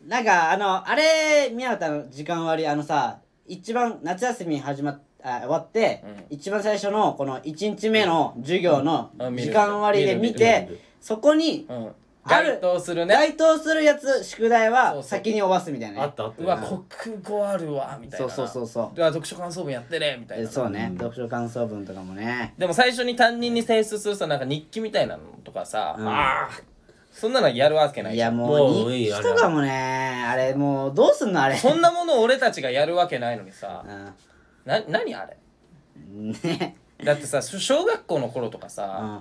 S1: なんかあのあれ宮田の時間割りあのさ一番夏休み始まっあ終わって、一番最初のこの1日目の授業の
S2: うんあ見る
S1: 時間割りで見て、
S3: 見る見る見る
S1: そこに
S2: うん
S1: ある
S2: 該当するね
S1: 該当するやつ宿題
S2: そう
S1: は
S2: そう
S1: 先に終わすみたいなね
S3: あったあった
S2: うわ国語あるわみたいな
S1: そうそうそうそう
S2: うわ読書感想文やってねみたい
S1: え
S2: な
S1: そうね、読書感想文とかもね
S2: でも最初に担任に提出するさなんか日記みたいなのとかさ、
S1: うん
S2: あーそんなのやるわけない
S1: い
S2: じゃ
S1: や
S2: ん
S1: も
S3: も
S1: う
S3: うい
S1: 日
S3: い
S1: 記とかもねあれもうどうすんのあれ
S2: そんなものを俺たちがやるわけないのにさ
S1: う
S2: な何あれ
S1: んね
S2: だってさしょ小学校の頃とかさ、
S1: あ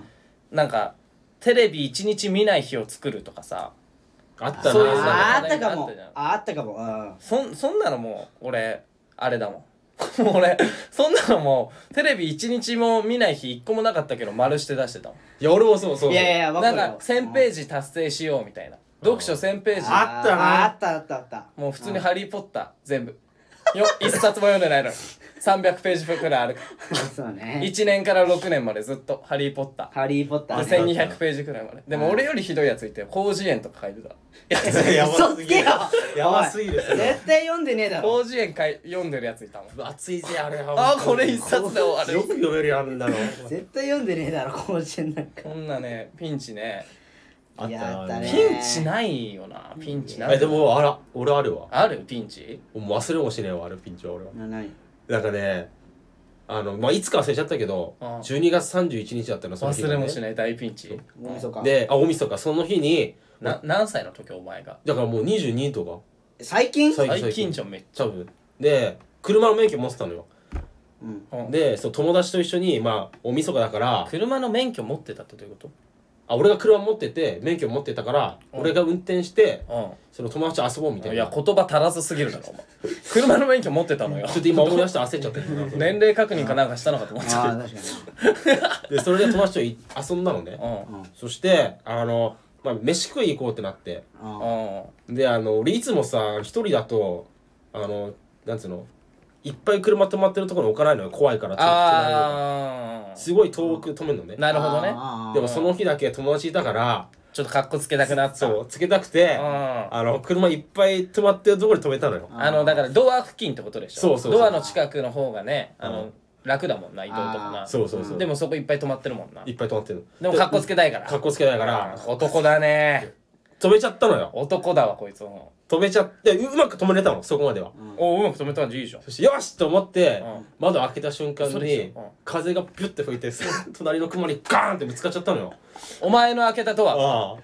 S2: なんかテレビ一日見ない日を作るとかさ
S3: あった
S2: そういうの
S3: な
S1: あー
S2: が
S1: あったかも
S2: あったじゃん
S1: ああったかもうん
S2: そんそんなのもう俺あれだもん [laughs] もう俺そんなのもうテレビ一日も見ない日一個もなかったけど丸して出してたもん
S3: いや俺もそうそう
S1: いやいやわか
S2: なん
S1: る
S2: か1000ページ達成しようみたいな読書1000ページ
S3: あったな
S1: あったあったあった
S2: もう普通に「ハリー・ポッター」全部よ一冊も読んでないのに300ページくらいある
S1: そうね
S2: 1年から6年までずっと「ハリー・ポッター」
S1: ハリー・ポッター、ね、
S2: 1200ページくらいまででも俺よりひどいやついて広辞苑とか書い [laughs] てた
S3: や
S1: 嘘つけよ
S3: やばすぎる
S1: おい絶対読んでねえだろ
S2: 広辞苑かい読んでるやついたもん
S3: 熱いぜあれ
S2: あーこれ一冊で終わる
S3: よく読めるや
S2: [laughs]
S3: んだろ
S1: 絶対読んでねえだろ甲子園なんか
S2: こんなねピンチね
S3: あった
S1: やった
S3: な
S1: ね
S2: ピンチないよなピンチない
S3: えでもあら俺あるわ
S2: あるピンチ
S3: もう忘れもしねえわあるピンチは俺は
S1: なない
S3: なんかねあのまあいつか忘れちゃったけど
S2: ああ
S3: 12月31日だったのその
S2: 忘
S3: 日が
S2: れ
S3: ね
S2: もしない大ピンチ
S1: 大晦日
S3: であ大晦日その日に
S2: な何歳の時お前が
S3: だからもう22とか
S1: 最近
S3: 最近
S2: 最近じゃんめっち
S3: 多分で車の免許持ってたのよ
S1: うん
S2: ゃで
S3: でそう友達と一緒にまあ大晦日だから
S2: 車の免許持ってたってどういうこ
S3: あ俺が車持ってて免許持ってたから
S2: うん
S3: 俺が運転して
S2: と
S3: その友達と遊ぼうみた
S2: うんい
S3: いな
S2: や
S3: ちょ
S2: 言葉足らずすぎるだろ
S3: [laughs]
S2: お前車の免許持ってたのよ
S3: っと今思い出して焦っちゃったよ
S2: 年齢確認かなんかしたのかと思っち
S1: ああ
S2: ゃ
S1: 確か
S2: [laughs]
S3: でそれで友達とい遊んだのね
S2: ううん
S1: にうん
S3: そしてあの、まあ、飯食い行こうってなって
S1: あ
S2: うん
S3: であの俺いつもさ一人だとあのなんつうのいっぱい車止まってるところに置かないのよ怖いからちょっと隣に
S2: あ
S3: すごい遠く止めるのね
S2: あなるほどね
S1: ね
S3: でもその日だけ友達いたから
S2: ちょっとかっこつけたくなった
S3: そうつけたくて
S2: うんあ
S3: あの車いっぱい止まってるところに止めたのよ
S2: のだからドア付近ってことでしょ
S3: そうそうそう
S2: ドアの近くの方がねあの、
S3: うん
S2: 楽だもんな移動とかな
S1: あ
S3: そうそうそう
S2: でもそこいっぱい止まってるもんない
S3: っぱい止まってる
S2: でもかっこつけたいから
S3: かっこつけないから
S2: 男だね
S3: 止めちゃったのよ
S2: 男だわこいつも
S3: 止めちゃってううまく止めれたのそこまでは
S2: おうまく止めたんじゃいいじゃん
S3: そしてよしと思って
S2: うん
S3: 窓開けた瞬間
S2: 嘘で
S3: に
S2: しょうん
S3: 風がピュッて吹いてスッ隣の雲にガーンってぶつかっちゃったのよ
S2: お前の開けたドア
S3: ああ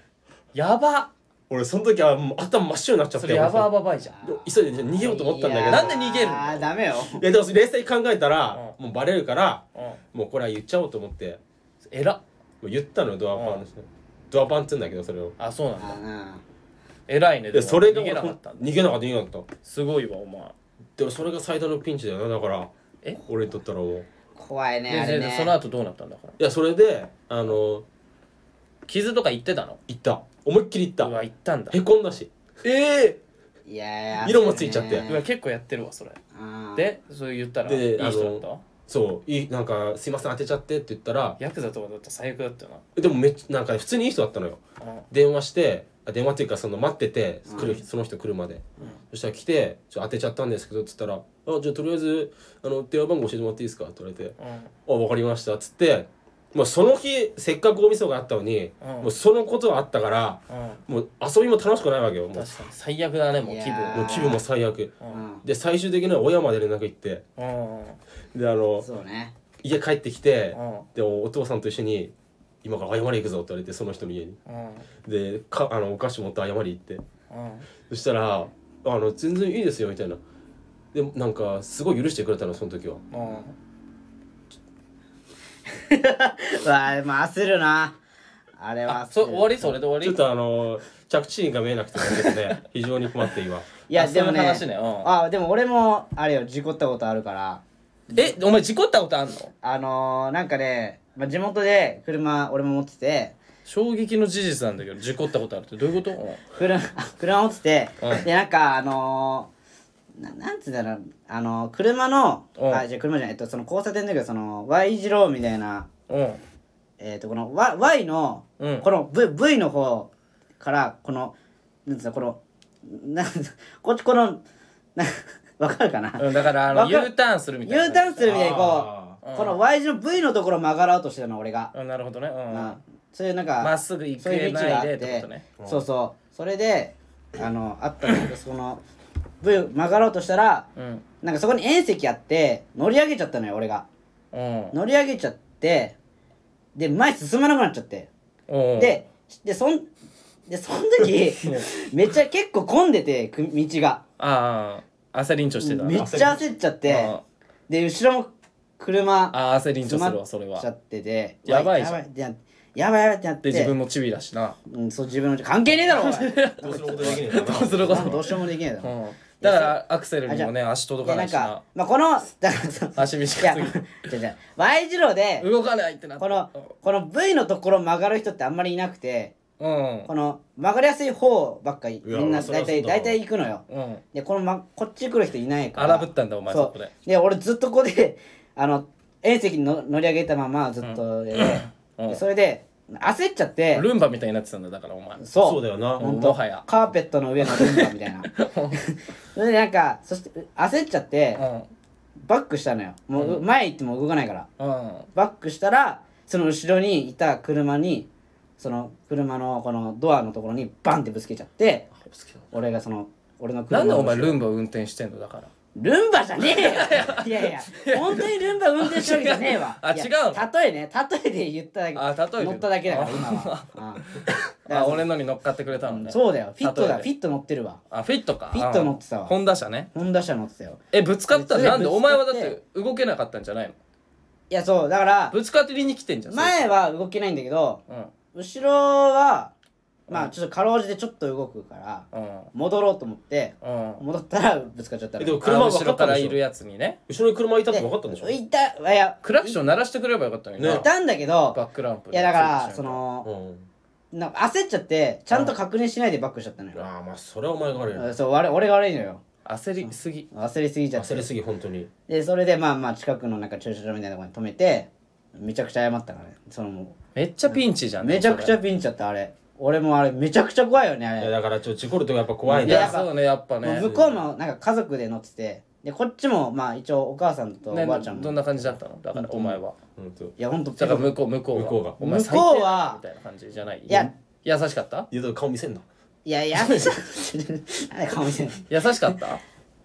S2: やば
S3: 俺その時はもう頭真っ白になっちゃっ
S2: そ
S3: て
S2: れやばやばばいじゃん
S3: でも急いで逃げようと思ったんだけど
S2: なんで逃げるの
S1: ああダメよ
S3: いやでも冷静に考えたらもうバレるから
S2: うん
S3: もうこれは言っちゃおうと思って
S2: えら
S3: もう言ったのよドアパンの人にドアパンって言うんだけどそれを
S2: あそうなん
S1: あ
S2: だ
S1: あなあ
S2: えらいね
S3: で
S2: も
S3: それが
S2: 逃げなかったんだ
S3: 逃げなかった逃げなかった
S2: すごいわお前
S3: でもそれが最大のピンチだよなだから
S2: え
S3: 俺にとったらもう
S1: 怖いねあ
S2: で
S1: れ
S2: で
S1: ね
S2: その後どうなったんだから
S3: いやそれであの
S2: 傷とか言ってたの
S3: 行った思いっきり行
S2: う
S3: っ
S2: わ行ったんだ
S3: たへこんだし
S2: ええ
S1: いやいや
S3: 色もついちゃって
S2: うわ結構やってるわそれ
S1: うん
S2: でそう言ったらい
S3: で
S2: い人
S3: あ
S2: だった
S3: そういいなんか「すいません当てちゃって」って言ったら
S2: ヤクザとかだったら最悪だったよ
S3: でもめっちゃなんか普通にいい人だったのよ
S2: なうん
S3: 電話してあ電話っていうかその待ってて
S1: うん
S3: 来る、その人来るまで、
S2: うん
S3: そしたら来て「ちょっと当てちゃったんですけど」っつったら「あじゃあとりあえずあの電話番号教えてもらっていいですか?」って言われて「あわかりました」っつって、まあ、その日せっかくお店があったのに、
S2: うん
S3: もうそのことがあったから
S2: うんうん
S3: もう遊びも楽しくないわけよもう
S2: 確かに最悪だねもう気
S1: いや
S3: も
S2: 分
S3: う気分も最悪
S2: う
S1: うんん
S3: で最終的には親まで連絡行って
S2: うんうん
S3: であの
S1: そうね
S3: 家帰ってきて
S2: うん
S3: でおお父さんと一緒に「今から謝り行くぞ」って言われてその人の家に
S2: うん
S3: でかあのお菓子持って謝り行って
S2: うん
S3: そしたら「あの全然いいですよ」みたいなでなんかすごい許してくれたのその時は
S2: うん
S1: うわあまあ焦るなあれは
S2: あそ
S1: 焦る
S2: 終わりそれで終
S3: ちょ
S2: わり
S3: っとあの着地点が見えなくてなんですね非常に困って今
S1: いや
S2: あ
S1: でもね
S2: そういう話ねうん
S1: あでも俺もあれよ事故ったことあるから
S2: えお前事故ったことあんの
S1: あのー、なんかね、まあ、地元で車俺も持ってて
S2: 衝撃の事実なんだけど事故ったことあるってどういうことう
S1: 車 [laughs] 車持ってて、
S2: うん
S1: でなんかあのー、ななんつうんだろうあのー、車の
S2: うん
S1: あじゃあ車じゃないえっとその交差点だけどその Y 字路みたいなん
S2: うん
S1: えっとこの Y, y の、
S2: うん
S1: この v, v の方からこのなんつうのこのなんこっちこのなわかるかな、
S2: うんだからあの
S1: わか
S2: U ターンするみたいな
S1: U ターンするみたいにこ
S3: あ
S1: うこの Y 字の V のところ曲がろうとしてたの俺が、
S2: うんなるほどねう
S1: うんん、そういうなんか
S2: まっすぐ行
S1: そういう
S2: け
S1: 道があ
S2: な
S1: っ
S2: いで
S1: て
S2: ってことね
S1: そうそうそれであのあったんだけどその V 曲がろうとしたら
S2: うん
S1: なんかそこに縁石あって乗り上げちゃったのよ俺が
S2: うん
S1: 乗り上げちゃってで前進まなくなっちゃって
S2: うん
S1: ででそんでその
S2: [laughs]
S1: 時めっちゃ結構混んでてく道が
S2: ああ焦りんちょしてた
S1: めっちゃ焦っちゃって
S2: あ
S1: で後ろも車
S2: あー焦りんち
S1: 詰
S2: ょす
S1: ま
S2: るわそれ
S1: っ
S2: は
S1: ちゃってて
S2: やばいじ
S1: や
S2: ゃん
S1: ばいってなやばいやばいってなって
S2: で自分もチビだしな
S1: うんそう自分の関係ねえだろお
S2: [laughs]
S1: 前
S3: どうすることできねえんだ
S2: どうすることも
S1: どうしようもできねえだろ
S2: うんだからアクセルにもね足
S1: い
S2: 届
S1: や
S2: かな
S1: なん
S2: いしな
S1: か、まあ、この、 [laughs] だからそう、
S2: 足
S1: いや
S2: 短すぎる、
S1: じゃじゃ Y 字路で、
S2: 動かないってなって
S1: この、この V のところ曲がる人ってあんまりいなくて、
S2: うん
S1: この曲がりやすい方ばっかり
S3: いや
S1: みんな
S3: そりゃ
S1: 大
S3: そう
S1: 体
S3: だわ
S1: 大体行くのよ
S2: うん
S1: でこの、ま、こっち来る人いないから
S2: 荒ぶったんだお前
S1: そ
S2: そうこで
S1: で俺ずっとここで [laughs] あの遠石にの乗り上げたままずっとで、
S2: うん
S1: でそれで焦っちゃって
S2: ルンバみたいになってたんだだからお前
S1: そう
S3: そうだよな
S1: ほん
S2: も
S1: と
S2: はや
S1: カーペットの上のルンバみたいな
S2: [laughs]
S1: それでなんかそして焦っちゃってバックしたのよもう前行っても動かないから
S2: うんうん
S1: バックしたらその後ろにいた車にその車のこのドアのところにバンってぶつけちゃって俺がその俺の車
S2: なんでお前
S1: ル
S2: ルンバ運転してんのだから
S1: ルンバじゃねえよいやいや本当にルンバ運転してるわけじゃねえわ
S2: あ
S1: いや
S2: 違う
S1: 例えね例えで言っただけ
S2: あ例えで
S1: 乗っただけだから今はうん
S2: あ俺のに乗っかってくれたのね
S1: そうだよフィットだ
S2: 例え
S1: フ
S2: で
S1: ィット乗ってるわ
S2: あフィットか
S1: フィット乗ってたわ
S2: あホンダ車ね
S1: ホンダ車乗ってたよ
S2: えぶつかったの
S1: ぶつかっ
S2: なん
S1: ぶ
S2: で
S1: つかって
S2: お前はだって動けなかったんじゃないの
S1: いやそうだから
S2: ぶつかりに来てんじゃん
S1: 前は動けないんだけど
S2: うん
S1: 後ろはまあちょっとかろうじてちょっと動くから
S2: うん
S1: 戻ろうと思って
S2: うん
S1: 戻ったらぶつかっちゃったの
S3: えでも
S2: 車
S3: 車は
S2: 後
S3: 分か
S2: ろ
S3: っ
S2: か
S3: たん
S2: ら
S3: でし
S2: い
S3: ょ
S2: るやつにね
S3: 後ろに車いたって分かったんでしょ
S1: いたいや
S2: クラクション鳴らしてくればよかったのに
S3: ね
S2: ない
S1: たんだけど
S2: バックランプ
S1: いやだからそ
S2: の
S1: の
S3: う
S1: なんか焦っちゃってちゃんと確認しないでバックしちゃったの
S3: ん
S1: よ
S3: ああまあそれはお前が悪い
S1: うん
S3: な
S1: そう俺俺が悪いのよ
S2: 焦りすぎ
S1: 焦りすぎちゃっ
S3: 焦
S1: て
S3: りすぎ本当に
S1: でそれでまあまあ近くのなんか駐車場みたいなところに止めてめちゃくちゃ謝ったからねそのも
S2: めっちゃピンチじゃ
S1: うんめちゃくち
S2: ゃ
S1: ゃピンチだったあれ俺もあれめちゃくちゃ怖いよねあ
S3: い
S1: れ
S3: やだからちょっと事故るとやっぱ怖い
S2: い
S3: ね
S1: や
S2: や
S1: っぱ
S2: そうねやっぱ
S1: もう
S2: ね
S1: 向こうもなんか家族で乗っててでこっちもまあ一応お母さんと
S2: ね
S1: おばあちゃんも、
S2: どんな感じだったのだからお前は
S3: 本当
S1: いやほんと
S2: だから向こう向こうは
S3: 向こうが
S2: お前最低
S1: 向こうは
S2: みたいな感じじゃないい
S1: や
S2: 優しかった
S3: いやだから顔見せんない
S1: やいやなんで顔見せない
S2: 優しかった
S1: い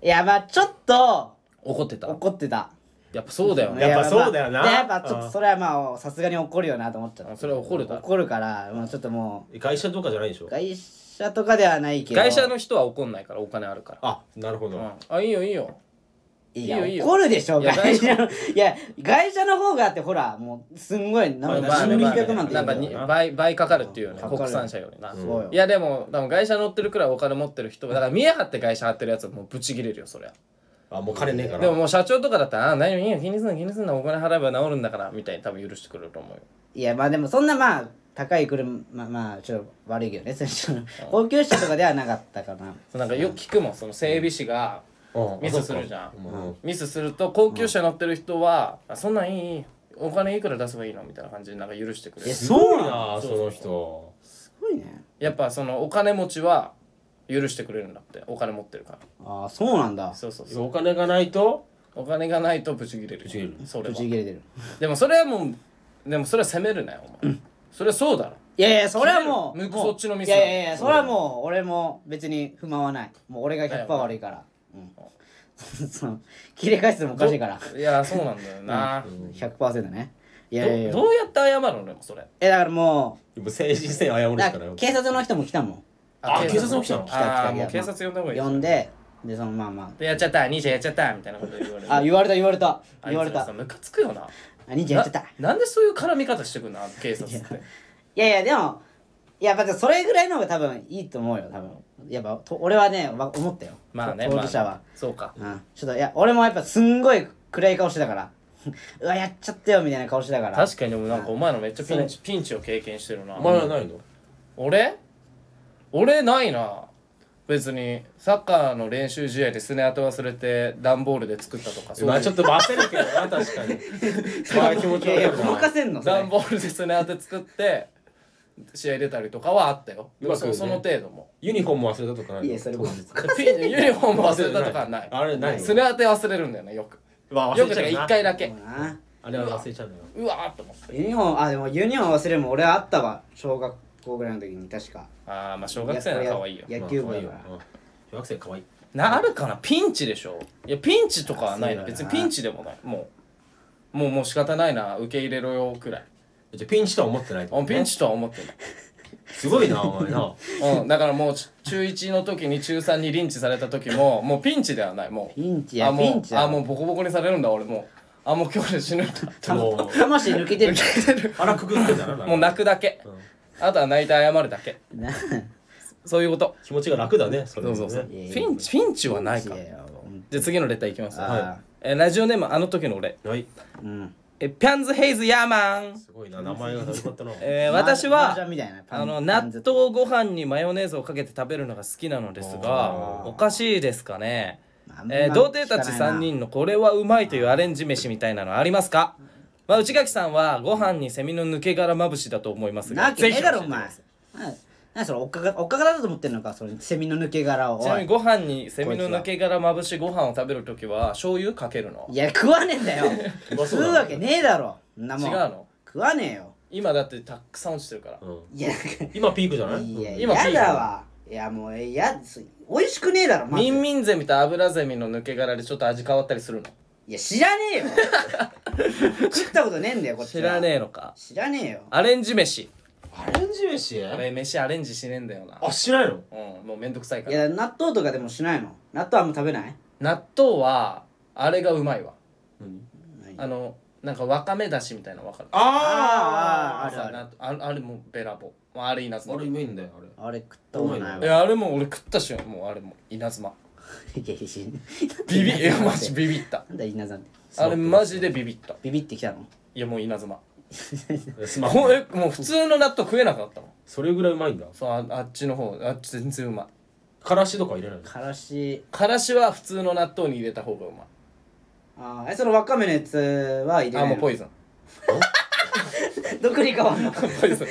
S1: やまあちょっと
S2: 怒ってた
S1: 怒ってた
S2: やっぱそうだよね
S3: やっぱそうだよな
S1: でやっぱちょっとそれはまあさすがに怒るよなと思っちゃ
S2: あ
S1: っ
S2: それは怒る
S1: た
S2: だろ
S1: 怒るからまあちょっとも
S3: 会社とかじゃないでしょ
S1: う会社とかではないけど
S2: 会社の人は怒んないからお金あるから
S3: あなるほど、
S2: うんあいいよいいよ
S1: いや
S2: いいよいいよ
S1: 怒るでしょ
S2: いや
S1: 会社の [laughs] いや会社の方があってほらもうすんごいなん
S3: ま
S1: か
S3: あ
S1: 何
S3: まあ
S1: 百100万って
S2: な
S1: 言
S2: ん
S1: う
S2: か
S1: けど
S2: に倍倍かかるっていうよね
S1: かかる
S2: 国産車よりな
S1: すごいよ
S2: いやでも多分外車乗ってるくらいお金持ってる人だから見え張って外車張ってるやつはもうブチギレるよそりゃ
S3: あもう金ねえから
S2: でももう社長とかだったら「ああ何もいいよ気にすんな気にすんなお金払えば治るんだから」みたいに多分許してくれると思うよ
S1: いやまあでもそんなまあ高い車まあまあちょっと悪いけどねそれちょっと高級車とかではなかったかな
S2: そうなんかよく聞くもんその整備士が
S3: うん
S2: ミスするじゃん
S3: うん
S2: ミスすると高級車乗ってる人は「あそんなんいいいいお金いくら出せばいいの?」みたいな感じでなんか許してくれる
S3: すごいなその人
S1: すごいね
S2: やっぱそのお金持ちは許してくれるんだってお金持ってるから
S1: ああそうなんだ
S2: そうそうそう
S3: お金がないと
S2: お金がないとブチギレる
S3: ブチギレる
S2: それ
S1: ぶ
S2: は
S1: ち切れてる
S2: でもそれはもうでもそれは責めるなよお前それはそうだろ
S1: いやいやそれはもう
S2: 切れる
S1: もう
S2: そっちのミス
S1: い
S2: だ
S1: やいやいやそれはもう俺も別に不満はないもう俺が100%悪いからうん [laughs] その切れ返すのもおかしいから
S2: いやそうなんだよな
S1: 100%ねいやいやい
S2: ど
S1: や
S2: どうやって謝るのでもそれ
S1: えだからも
S3: でも政治線謝る
S1: う
S3: し
S1: だか
S3: かな
S1: ら
S3: いよ
S1: 警察の人も来たもん
S3: あ警察も来たの
S1: 来た来
S2: あ
S1: た
S2: あもう警察呼んだ方がいい
S1: 呼んででそのまあま
S2: でやっちゃった兄ちゃんやっちゃったみたいなこと言われる
S1: ああ言われた言われた
S2: あいつら
S1: 言われた
S2: さムカつくよな
S1: あ兄ちゃんやってた
S2: ななんでそういう絡み方してくんのあの警察って
S1: いやいやでもいやまたそれぐらいの方が多分いいと思うよ多分やっぱと俺はねわ思ったよ
S2: まあね
S1: 当
S2: まあ
S1: 事者は、
S2: そうか
S1: うん、ちょっといや俺もやっぱすんごい暗い顔してたから [laughs] うわやっちゃったよみたいな顔してたから
S2: 確かにでもなんかお前のめっちゃピンチピンチを経験してるな
S3: お前はないの
S2: 俺俺ないな別にサッカーの練習試合でスネアと忘れて段ボールで作ったとかそう
S3: ま
S2: い
S3: あ
S2: う
S3: ちょっと焦るけどな確かにまあ気持ち
S1: いやい
S3: 悪い
S1: や
S3: な
S1: 動かせんのそれ
S2: 段ボールでスネアで作って試合出たりとかはあったよでも
S3: うまく
S2: そ
S3: ね
S2: その程
S1: [laughs]
S2: 度も
S3: ユニフォーム忘れたとかない
S1: い
S3: の
S1: やそれも
S2: ピンユニフォーム忘れたとかはない
S3: あれない
S2: スネアで忘れるんだよねよく
S3: わ
S2: よくだから1回だけ
S1: な
S3: あれは忘れちゃうんだよ
S2: うわーっと思って
S1: ユニフォームあでもユニフォーム忘れも俺あったわ小学校ぐらいの時に確か
S2: ああまあ小学生なら可愛いよ
S1: 野球部だか
S3: まあ
S1: ら
S3: 可愛いようん小学生可愛い
S2: なあるかなピンチでしょいやピンチとかはない
S1: そ
S2: な
S1: うだよ
S2: 別
S1: な
S2: にピンチでもないもうもうもう仕方ないな受け入れろよくらい
S3: じゃあピンチとは思ってない
S2: あピンチとは思ってない
S3: すごいなお前
S2: [laughs]
S3: な
S1: [laughs]
S2: うん、だからもうち中1の時に中3にリンチされた
S1: [laughs]
S2: 時ももうピンチではないもう
S1: ピンチや
S2: あもう
S1: ピンチや
S2: あもうボコボコにされるんだ俺もうあもう今日で死ぬんだ
S3: でも
S1: 魂抜けてる
S3: 腹くくってんだななんか
S2: もう泣くだけ、
S3: ん
S2: あとは泣いて謝るだけ
S1: な
S2: そういうこと
S3: 気持ちが楽だねそれ
S2: そうそ
S3: もね
S2: うそう
S1: いやいや
S2: ピンチピンチは [laughs] ないか
S1: いやいやほん
S2: じゃあ次のレターいきますよ、
S1: あ
S2: えーラジオネームあの時の俺
S3: はい
S1: ーうん
S2: えピャンズヘイズヤーマン
S3: すごいな名前が長かったな
S2: えー私は
S1: 麻雀みたいなパン
S2: あの
S1: パ
S2: 納
S1: ン
S2: 豆
S1: ズ
S2: ご飯にマヨネーズをかけて食べるのが好きなのですがおかしいですかね
S1: まああんま
S2: えー童貞た
S1: 聞
S2: ち
S1: かないな
S2: 3人のこれはうまいというアレンジ飯みたいなのありますか、まあ、内垣さんはご飯にセミの抜け殻まぶしだと思います
S1: な
S2: が
S1: わけねえだろお
S2: ぜひ教えてく
S1: 前
S2: ださい
S1: ななそれおっかかおっかからだと思ってんのかそのセミの抜け殻を
S2: ち
S1: お
S2: なみに
S1: い
S2: ご飯にセミの抜け殻まぶしご飯を食べるときは醤油かけるの
S1: いや食わねえんだよ
S2: [laughs]
S3: う
S1: 食
S3: まそう
S1: う
S3: だな
S1: わけねえだろそんな
S2: 違
S1: も
S2: うんの
S1: 食わねえよ
S2: 今だってたくさん落ちてるから
S3: うん
S1: いや
S3: 今ピークじゃない
S1: いや
S3: うん
S2: 今
S1: やだわいやもういやそ美味しくねえだろまず
S2: ミンミンゼミとアブラゼミの抜け殻でちょっと味変わったりするの
S1: いや知らね
S2: [laughs]
S1: えよ食ったことねえんだよこっち
S2: 知
S1: は
S2: らねえのか
S1: 知らねえよ
S2: アレンジ飯
S3: アレンジ飯
S2: あれ飯アレンジしねえんだよな
S3: あしないの
S2: うんもうめんどくさいか
S1: い
S2: ら
S1: や納豆とかでもしないの納豆あんま食べない
S2: 納豆はあれがうまいわ
S1: 何
S2: あのなんかわかめだしみたいなのわかる
S1: あーある
S2: さ
S1: ある
S2: なああれもうべらぼうあれ稲
S3: あ
S2: 妻
S3: れうまいんだよあれ
S1: あれ食ったこと [laughs] ないわ
S2: えあれも俺食ったしもうあれも稲妻
S1: いやいやいや
S2: ビビいやマジビビった
S1: なんだ稲さんって
S2: あれマジでビビった
S1: ビビってきたの
S2: いやもう稲妻
S3: スマホ
S2: ほんえもう普通の納豆食えなかったの
S3: それぐらいうまいんだ
S2: そうああっちの方あっち全然うまい
S3: からしとか入れないの
S1: からし
S2: からしは普通の納豆に入れた方がうまい
S1: あーえそのわかめのやつは入れ
S2: あ
S1: ない
S2: もうポ
S1: イ
S2: イズン
S1: 毒に変わんの
S2: ポイズン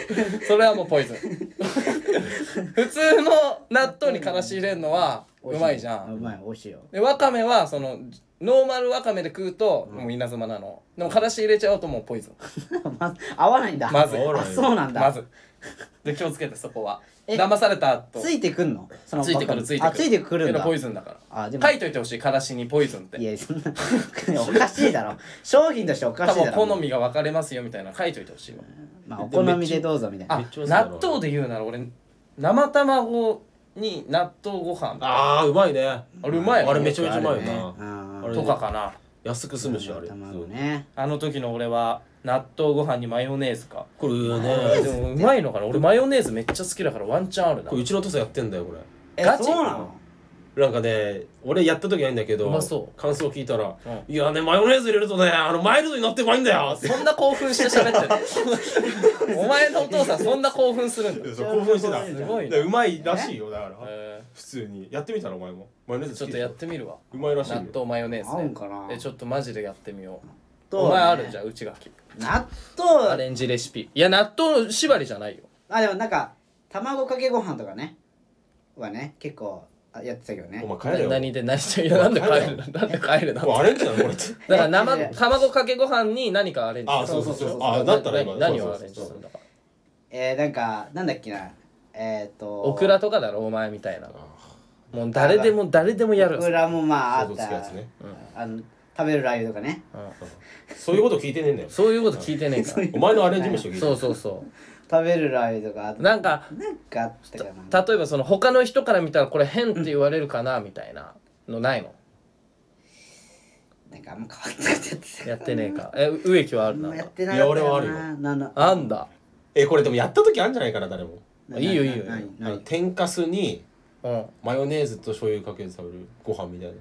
S2: それはもうポイズン普通の納豆にからし入れるのは [laughs] うまいじゃ
S1: うんうまい美味しいよ [laughs]
S2: でわかめはそのノーマルわかめで食うともう稲妻なのでもからし入れちゃうともうポイズン
S1: ま合わないんだ
S2: まずい
S1: あそうなんだ
S2: まずで気をつけてそこは
S1: え
S2: 騙された後
S1: ついてくんのその
S2: ついてくるついてくる
S1: あついてくるん
S2: けど
S1: だ
S2: ポイズンだか
S1: あで
S2: ら
S1: も
S2: 書いといてほしいからしにポイズンって
S1: いやそんな [laughs] おかしいだろ商品としておか
S2: 多
S1: しいだ
S2: 分
S1: ろ
S2: 好みが分かれますよみたいなの書いといてほしいわ
S1: まあお好みでどうぞみたいな
S2: あ
S3: めっちゃ美味しそうだな
S2: 納豆で言うなら俺生卵に納豆ご飯
S3: あーうまいねあ
S2: あれうまいよ
S3: れめちゃめちゃうまいよ
S1: よ
S3: な
S1: な
S3: あれ
S2: とかかな
S3: 安く済むしあれ
S1: 卵ね
S2: あの時の俺は納豆ご飯にマヨネーズか
S3: これ
S2: で
S3: ね
S2: もうまいのかな俺マヨネーズめっちゃ好きだからワンチャンあるな
S3: これうちのお父さんやってんだよこれ
S1: え
S2: ガチ
S1: そうなの
S3: なんかね俺やった時ないんだけど
S2: うまそう
S3: 感想聞いたら
S2: う
S3: 「いやねマヨネーズ入れるとねあのマイルドになってうまいんだよ」って
S2: そんな興奮して喋
S4: [laughs]
S2: ってるお前のお父さんそんな興奮するんだ
S1: そう興奮してた
S2: すごいね
S4: でうまいらしいよだから
S2: え
S4: 普通にやってみたらお前もマヨネー
S2: ー
S4: ズ
S2: ちょ
S4: 好き
S2: っ
S4: で
S2: と
S4: し
S2: や
S4: ょ
S2: ってみるわ
S4: うまいらしい
S2: 納
S4: よ
S2: 豆マヨネーズ、ね、
S1: 合うんかな
S2: えちょっとマジでやってみよう、
S1: 納
S2: お
S1: 豆
S2: 前
S1: ね
S2: あるじゃん内垣
S1: 納
S2: ア
S1: 豆
S2: レンジレシピいや納豆縛りじゃないよ
S1: あでもなんか卵かけご飯とかねはね結構あやってたけどね
S4: お前帰れよ
S2: 何で何でいやなんで帰るなんで帰るな
S4: もうアレンジなのこれって
S2: だから生卵かけご飯に何かアレンジ
S4: あ
S2: する
S4: そうそうそう
S1: そうそうそう
S4: あだったら今
S2: な何をア
S4: そ
S2: レ
S4: う
S2: ンジ
S4: そうそう
S2: するんだか
S1: えーなんかなんだっけなえっと
S2: オクラとかだろお前みたいなもう誰でも誰でもやる
S1: オクラもまああ
S4: 想
S1: っ
S4: 像つくや
S1: た
S4: つね
S1: あの食べるラー油とかね
S3: そういうこと聞いてねえんだよ
S2: そういうこと聞いてねえから
S3: お前のアレンジ飯を聞いて
S2: そ
S3: る
S2: うそうそ
S1: 食べるラー油とかあと
S2: うなんか
S1: なんかあったかな
S2: 例えばその他の人から見たらこれ変って言われるかなみたいなのないの
S1: なんかあんま変わったことやってた
S2: やっ
S1: [laughs]
S2: てねえかえ植木はある
S1: あん
S2: な
S1: まやってない
S3: いや俺はあるよ
S1: なな
S2: あんだ
S3: えこれでもやった時あるんじゃないかな誰も
S1: ない
S2: いよいいよ
S1: ないない
S3: あの天かすに
S2: うん
S3: マヨネーズと醤油かけて食べるご飯みたいな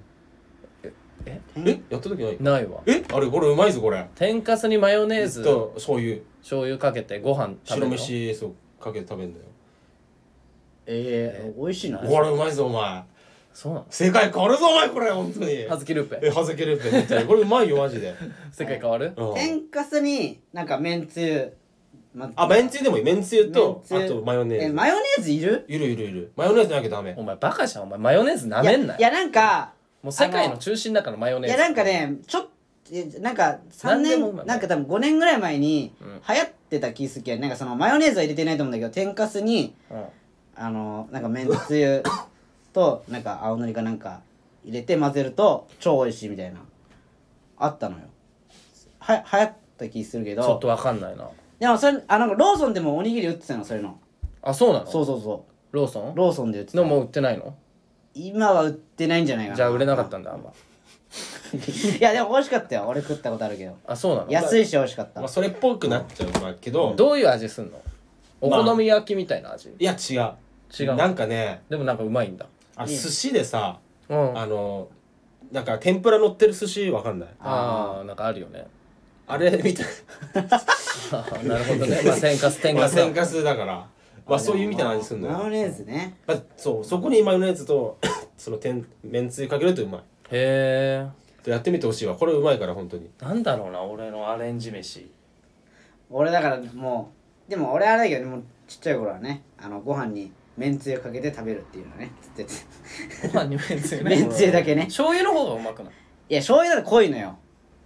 S2: え
S3: えやった時ない
S2: ないわ
S3: えあれこれうまいぞこれ
S2: 天かすにマヨネーズ
S3: と醤油
S2: 醤油かけてご飯食べ
S3: 白
S2: るの
S3: 飯そうかけて食べるんだよ
S1: ええ美味しいな
S3: これうまいぞお前
S2: そうなの
S3: 世界変わるぞお前これ本当に
S2: 葉月ルーペ
S3: えはずけるペンみたいなこれうまいよマジで
S2: 世界変わる
S3: うん
S1: 天かすになんかめんつゆま
S3: あめんつゆでもいいめんつゆと
S1: めんつゆ
S3: あとマヨネ
S1: え
S3: ーズ
S1: マヨネーズいる
S3: いるいるいるマヨネーズなきゃダメ
S2: お前バカじゃんお前マヨネーズない
S1: や
S2: めんなよ
S1: いやなんか
S2: もう世界の中心だからマヨ
S1: い
S2: ネーズ
S1: やなんかねちょっとなんか3
S2: なんで
S1: 年
S2: もうまい
S1: なんか多分5年ぐらい前に流
S2: ん
S1: 行ってた気すっけんなんかそのマヨネーズは入れてないと思うんだけど天かすに
S2: うん
S1: あのなんかめんつゆとなんか青のりかなんか入れて混ぜると超美味しいみたいなあったのよは流行った気するけ
S2: ちょっ
S1: ど
S2: とわかんないな
S1: でもそれあなんかローソンでもおにぎり売ってたのそういうの
S2: あそうなの
S1: そうそうそ
S2: ローソ
S1: う
S2: ン
S1: ローソンで売ってた
S2: のもう売ってないの
S1: 今は売ってないんじゃないかな
S2: じゃあ売れなかったんだあんま
S1: [laughs] いやでも美味しかったよ俺食ったことあるけど
S2: あそうなの
S1: 安いし美味しかった
S3: まあそれっぽくなっちゃうまあけど
S2: どういう味すんのお好み焼きみたいな味
S3: いや違う
S2: 違う
S3: なんかね
S2: でもなんかうまいんだ
S3: あの寿司でさ
S2: うんあ
S3: あのなんか天ぷら乗ってる寿司わかんない
S2: あーなんかあるよね [laughs]
S3: あれみたい
S2: あなるほどね。まあ、天
S1: [laughs]
S2: かす、天
S3: な
S2: かすだ。
S3: 天かすだから和そういうみたいな味すんの
S1: マヨ
S3: よ
S1: ネーズね
S3: まあそうそこにマヨネーズと [coughs] その天めんつゆかけるとうまい
S2: へ
S3: やってみてほしいわこれうまいから本当に
S2: え。なんだろうな、俺のアレンジ飯。
S1: 俺だからもうでも俺あれだけどもうちっちゃい頃はねあのご飯にめんつゆかけて食べるっていうのねつって
S2: ご飯にめんつゆ
S1: て
S2: ね。
S1: めんつゆだけね
S2: 醤油の方がうまくない。
S1: いや醤油だと濃いのよ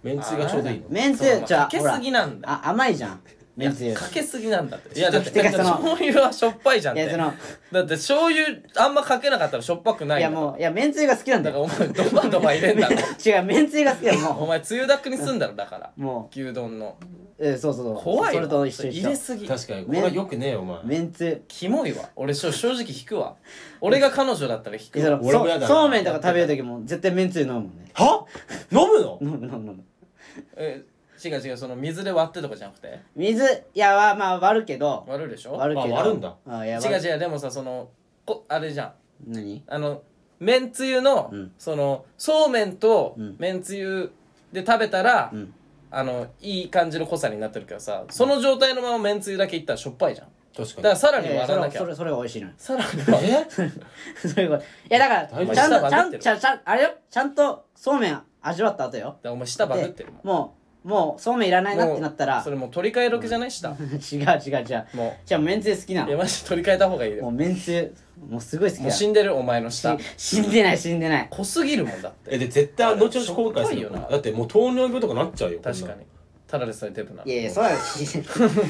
S3: めんつゆがちょうどいいの
S1: めんつ
S2: そう
S1: ゆ
S2: まあ
S1: じゃあ
S2: かけすぎなんだ
S1: ほらあ甘いじゃんめんつゆ
S2: かけすぎなんだって。いや、だって、
S1: てかその
S2: 醤油はしょっぱいじゃん
S1: い
S2: って。
S1: やその
S2: だって、醤油あんまかけなかったらしょっぱくないい
S1: や
S2: んだ。
S1: もういやめんつゆが好きなんだ
S2: だから、
S1: よ
S2: お前、ドバドバ入れんだろ。
S1: 違うめんつゆが好きだよ
S2: お
S1: も
S2: 前、つゆだくにすんだろ、だから。
S1: うも
S2: 牛丼の。
S1: うえそうそうそう
S2: 怖い
S1: それと
S2: わ。
S1: 一緒
S2: 入
S1: 一緒
S2: れすぎ。
S3: 確かにこれはよくねえよお前
S1: めんつゆ
S2: キモいわ。俺、しょ正直引くわ。俺が彼女だったら引
S1: い
S2: く
S1: やそ
S2: わ。
S1: の
S3: 俺もやだ
S1: そ
S3: な
S1: そうめんとか食べる時も絶対めんつゆ飲むもんね
S3: は飲むの
S1: 飲む飲む飲む
S2: え違う違う、その水で割ってとかじゃなくて。
S1: 水いやわまあ割るけど
S2: 割るでしょ
S1: 割るけど
S3: あ割るんだ
S1: あいや
S2: 違う
S1: 割る
S2: 違うでもさそのこあれじゃん
S1: 何
S2: あのめんつゆの、
S1: うん
S2: そのそうめんと
S1: うん
S2: めんつゆで食べたら、
S1: うん
S2: あのいい感じの濃さになってるけどさその状態のままめんつゆだけいったらしょっぱいじゃん
S3: 確
S2: だか
S3: からに
S2: さらに
S1: いやそ
S2: 割ら
S1: れ
S2: な
S1: は
S2: き
S1: そ
S2: ゃ
S1: れそれは美味しいのよ [laughs]
S2: さらに割らなきゃ
S3: え
S1: そういうこといやだから
S3: 大丈夫
S1: ちゃんとちゃん
S2: 下バグってる
S1: ちゃんちゃんあれよちゃんとそうめん味わった後よ
S2: お前舌バグってるもん
S1: もうもうそうめんいらないなってなったら
S2: それもう取り替え時じゃない
S1: [laughs]
S2: 舌、
S1: 違う違う違う
S2: も
S1: じゃあめんつゆ好きな
S2: ういや
S1: の
S2: マジ取り替えた方がいい
S1: も
S2: よ
S1: うめんつゆもうすごい好き
S2: もう
S1: だ
S2: 死んでるお前の舌
S1: し死んでない死んでない
S2: 濃すぎるもんだっ
S3: え
S2: て
S3: で絶対後々後悔
S2: しょっぱ
S3: す
S2: い
S3: る
S2: よ
S3: よ
S2: な
S3: だってもう糖尿病とかなっちゃうよこんな
S2: 確かにただでさえデブなの
S1: いやいやそうだよ死んでなんで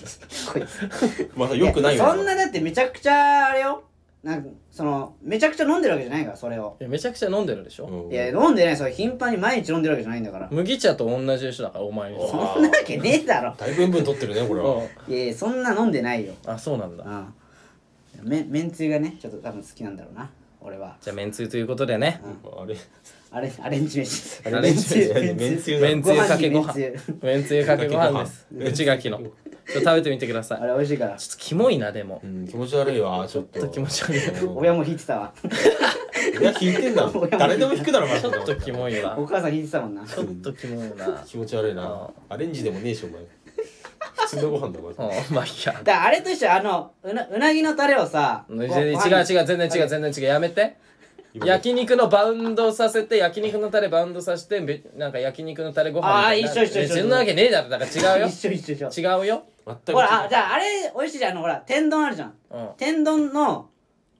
S1: こい [laughs] つ
S3: まだよくないよ
S1: やそんなだってめちゃくちゃあれよなんかそのめちゃくちゃ飲んでるわけじゃないからそれを
S2: いやめちゃくちゃ飲んでるでしょ、
S3: うん
S1: いや飲んでないそれ頻繁に毎日飲んでるわけじゃないんだから
S2: 麦茶と同じ人だからお前に
S3: お
S1: そんなわけねえだろ
S3: だいぶ塩分取ってるねこれは
S2: う
S1: いやいやそんな飲んでないよ
S2: んあそうなんだ
S1: うんめめんつゆがねちょっと多分好きなんだろうな俺は
S2: じゃあめんつゆということでね
S3: あれ
S1: アレアレンジ飯
S2: アレンジ飯
S3: [laughs] めんつゆだ
S2: めんつゆかけご
S1: ご
S2: 飯
S1: 飯にめんつ
S2: めんつゆかけご飯です
S3: めんつ
S2: 内
S3: ゆ
S2: 垣のちょっと食べてみてください
S1: あ
S2: ちょ
S1: れ美味しいから
S2: っとキモいなでも
S3: うん気持ち悪いわちょっと
S2: ちょっと気持ち悪い
S3: うん
S1: 親も引いてたわ
S3: 親引いてんだ誰でも引くだろマジ
S2: ち
S3: で
S2: ょっとキモいわ
S1: お母さん引いてたもんな
S2: ちょっとキモいな
S3: 気持ち悪い
S2: あ
S3: なアレンジでもねえ
S1: [laughs]
S3: しお前普通のご飯だお前
S2: うんまあいいや
S1: だからあれと一緒あのうなうなぎのタレをさ
S2: 違う違う
S1: ご
S2: 違
S1: ご
S2: う
S1: 飯に
S2: 全然違う全然違うやめて焼肉のバウンドさせて焼肉のタレバウンドさせてべなんか焼肉のタレご飯みたいな
S1: あー一緒一緒一緒
S2: えそんなわけねえだろだから違う
S1: [laughs]
S2: よ
S1: 一緒一緒一緒
S2: 違うよ
S3: 全く
S1: ほらあじゃああれ美味しいじゃんあのほら天丼あるじゃん
S2: うん
S1: 天丼の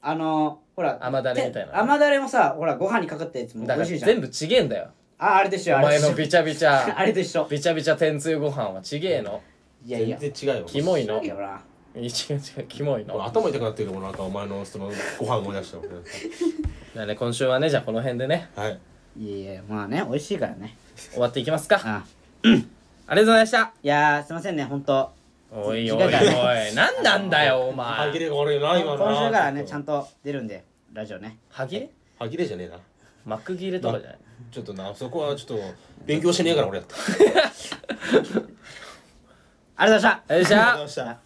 S1: あのほら
S2: 甘だれみたいな
S1: て甘だれもさほらご飯にかかったやつも
S2: だ
S1: 美
S2: から
S1: 味しいじゃん
S2: 全部ちげえんだよ
S1: ああれでし
S2: お
S1: ょあれ
S2: 前
S1: と
S2: の
S1: 一緒
S2: ビチャビチ
S1: [laughs]
S2: ャ
S1: あれと一緒
S2: びちゃびちゃ天つゆご飯はちげえの
S1: いやいや
S3: 全然違うよ
S2: キモいの
S1: いやほら
S2: いや違う違うキモい
S3: 俺
S2: の
S3: 頭痛くなってるけどなんかお前のそのご飯思い
S1: [laughs]
S3: 出したもんね
S2: なね今週はねじゃあこの辺でね
S3: はい
S1: いやいやまあね美味しいからね
S2: 終わっていきますか
S1: あ
S2: ありがとうございました
S1: いやーすいませんね本当
S2: おい
S1: 時
S2: おい
S1: 間
S2: おい
S1: が
S2: 何なんだよお
S3: 歯
S2: 前
S3: 切れが悪いな
S1: 今
S3: 今
S1: 週か
S3: の
S1: らねちゃん
S3: と
S1: と出るんでラジオね
S2: 歯切れ
S3: 歯切れじゃねえな
S2: 幕切れとかじゃない
S3: ちょっとなそこはちょっと勉強しねえから俺やった
S1: ありがとうございました
S3: [laughs]
S2: よいしょ
S3: した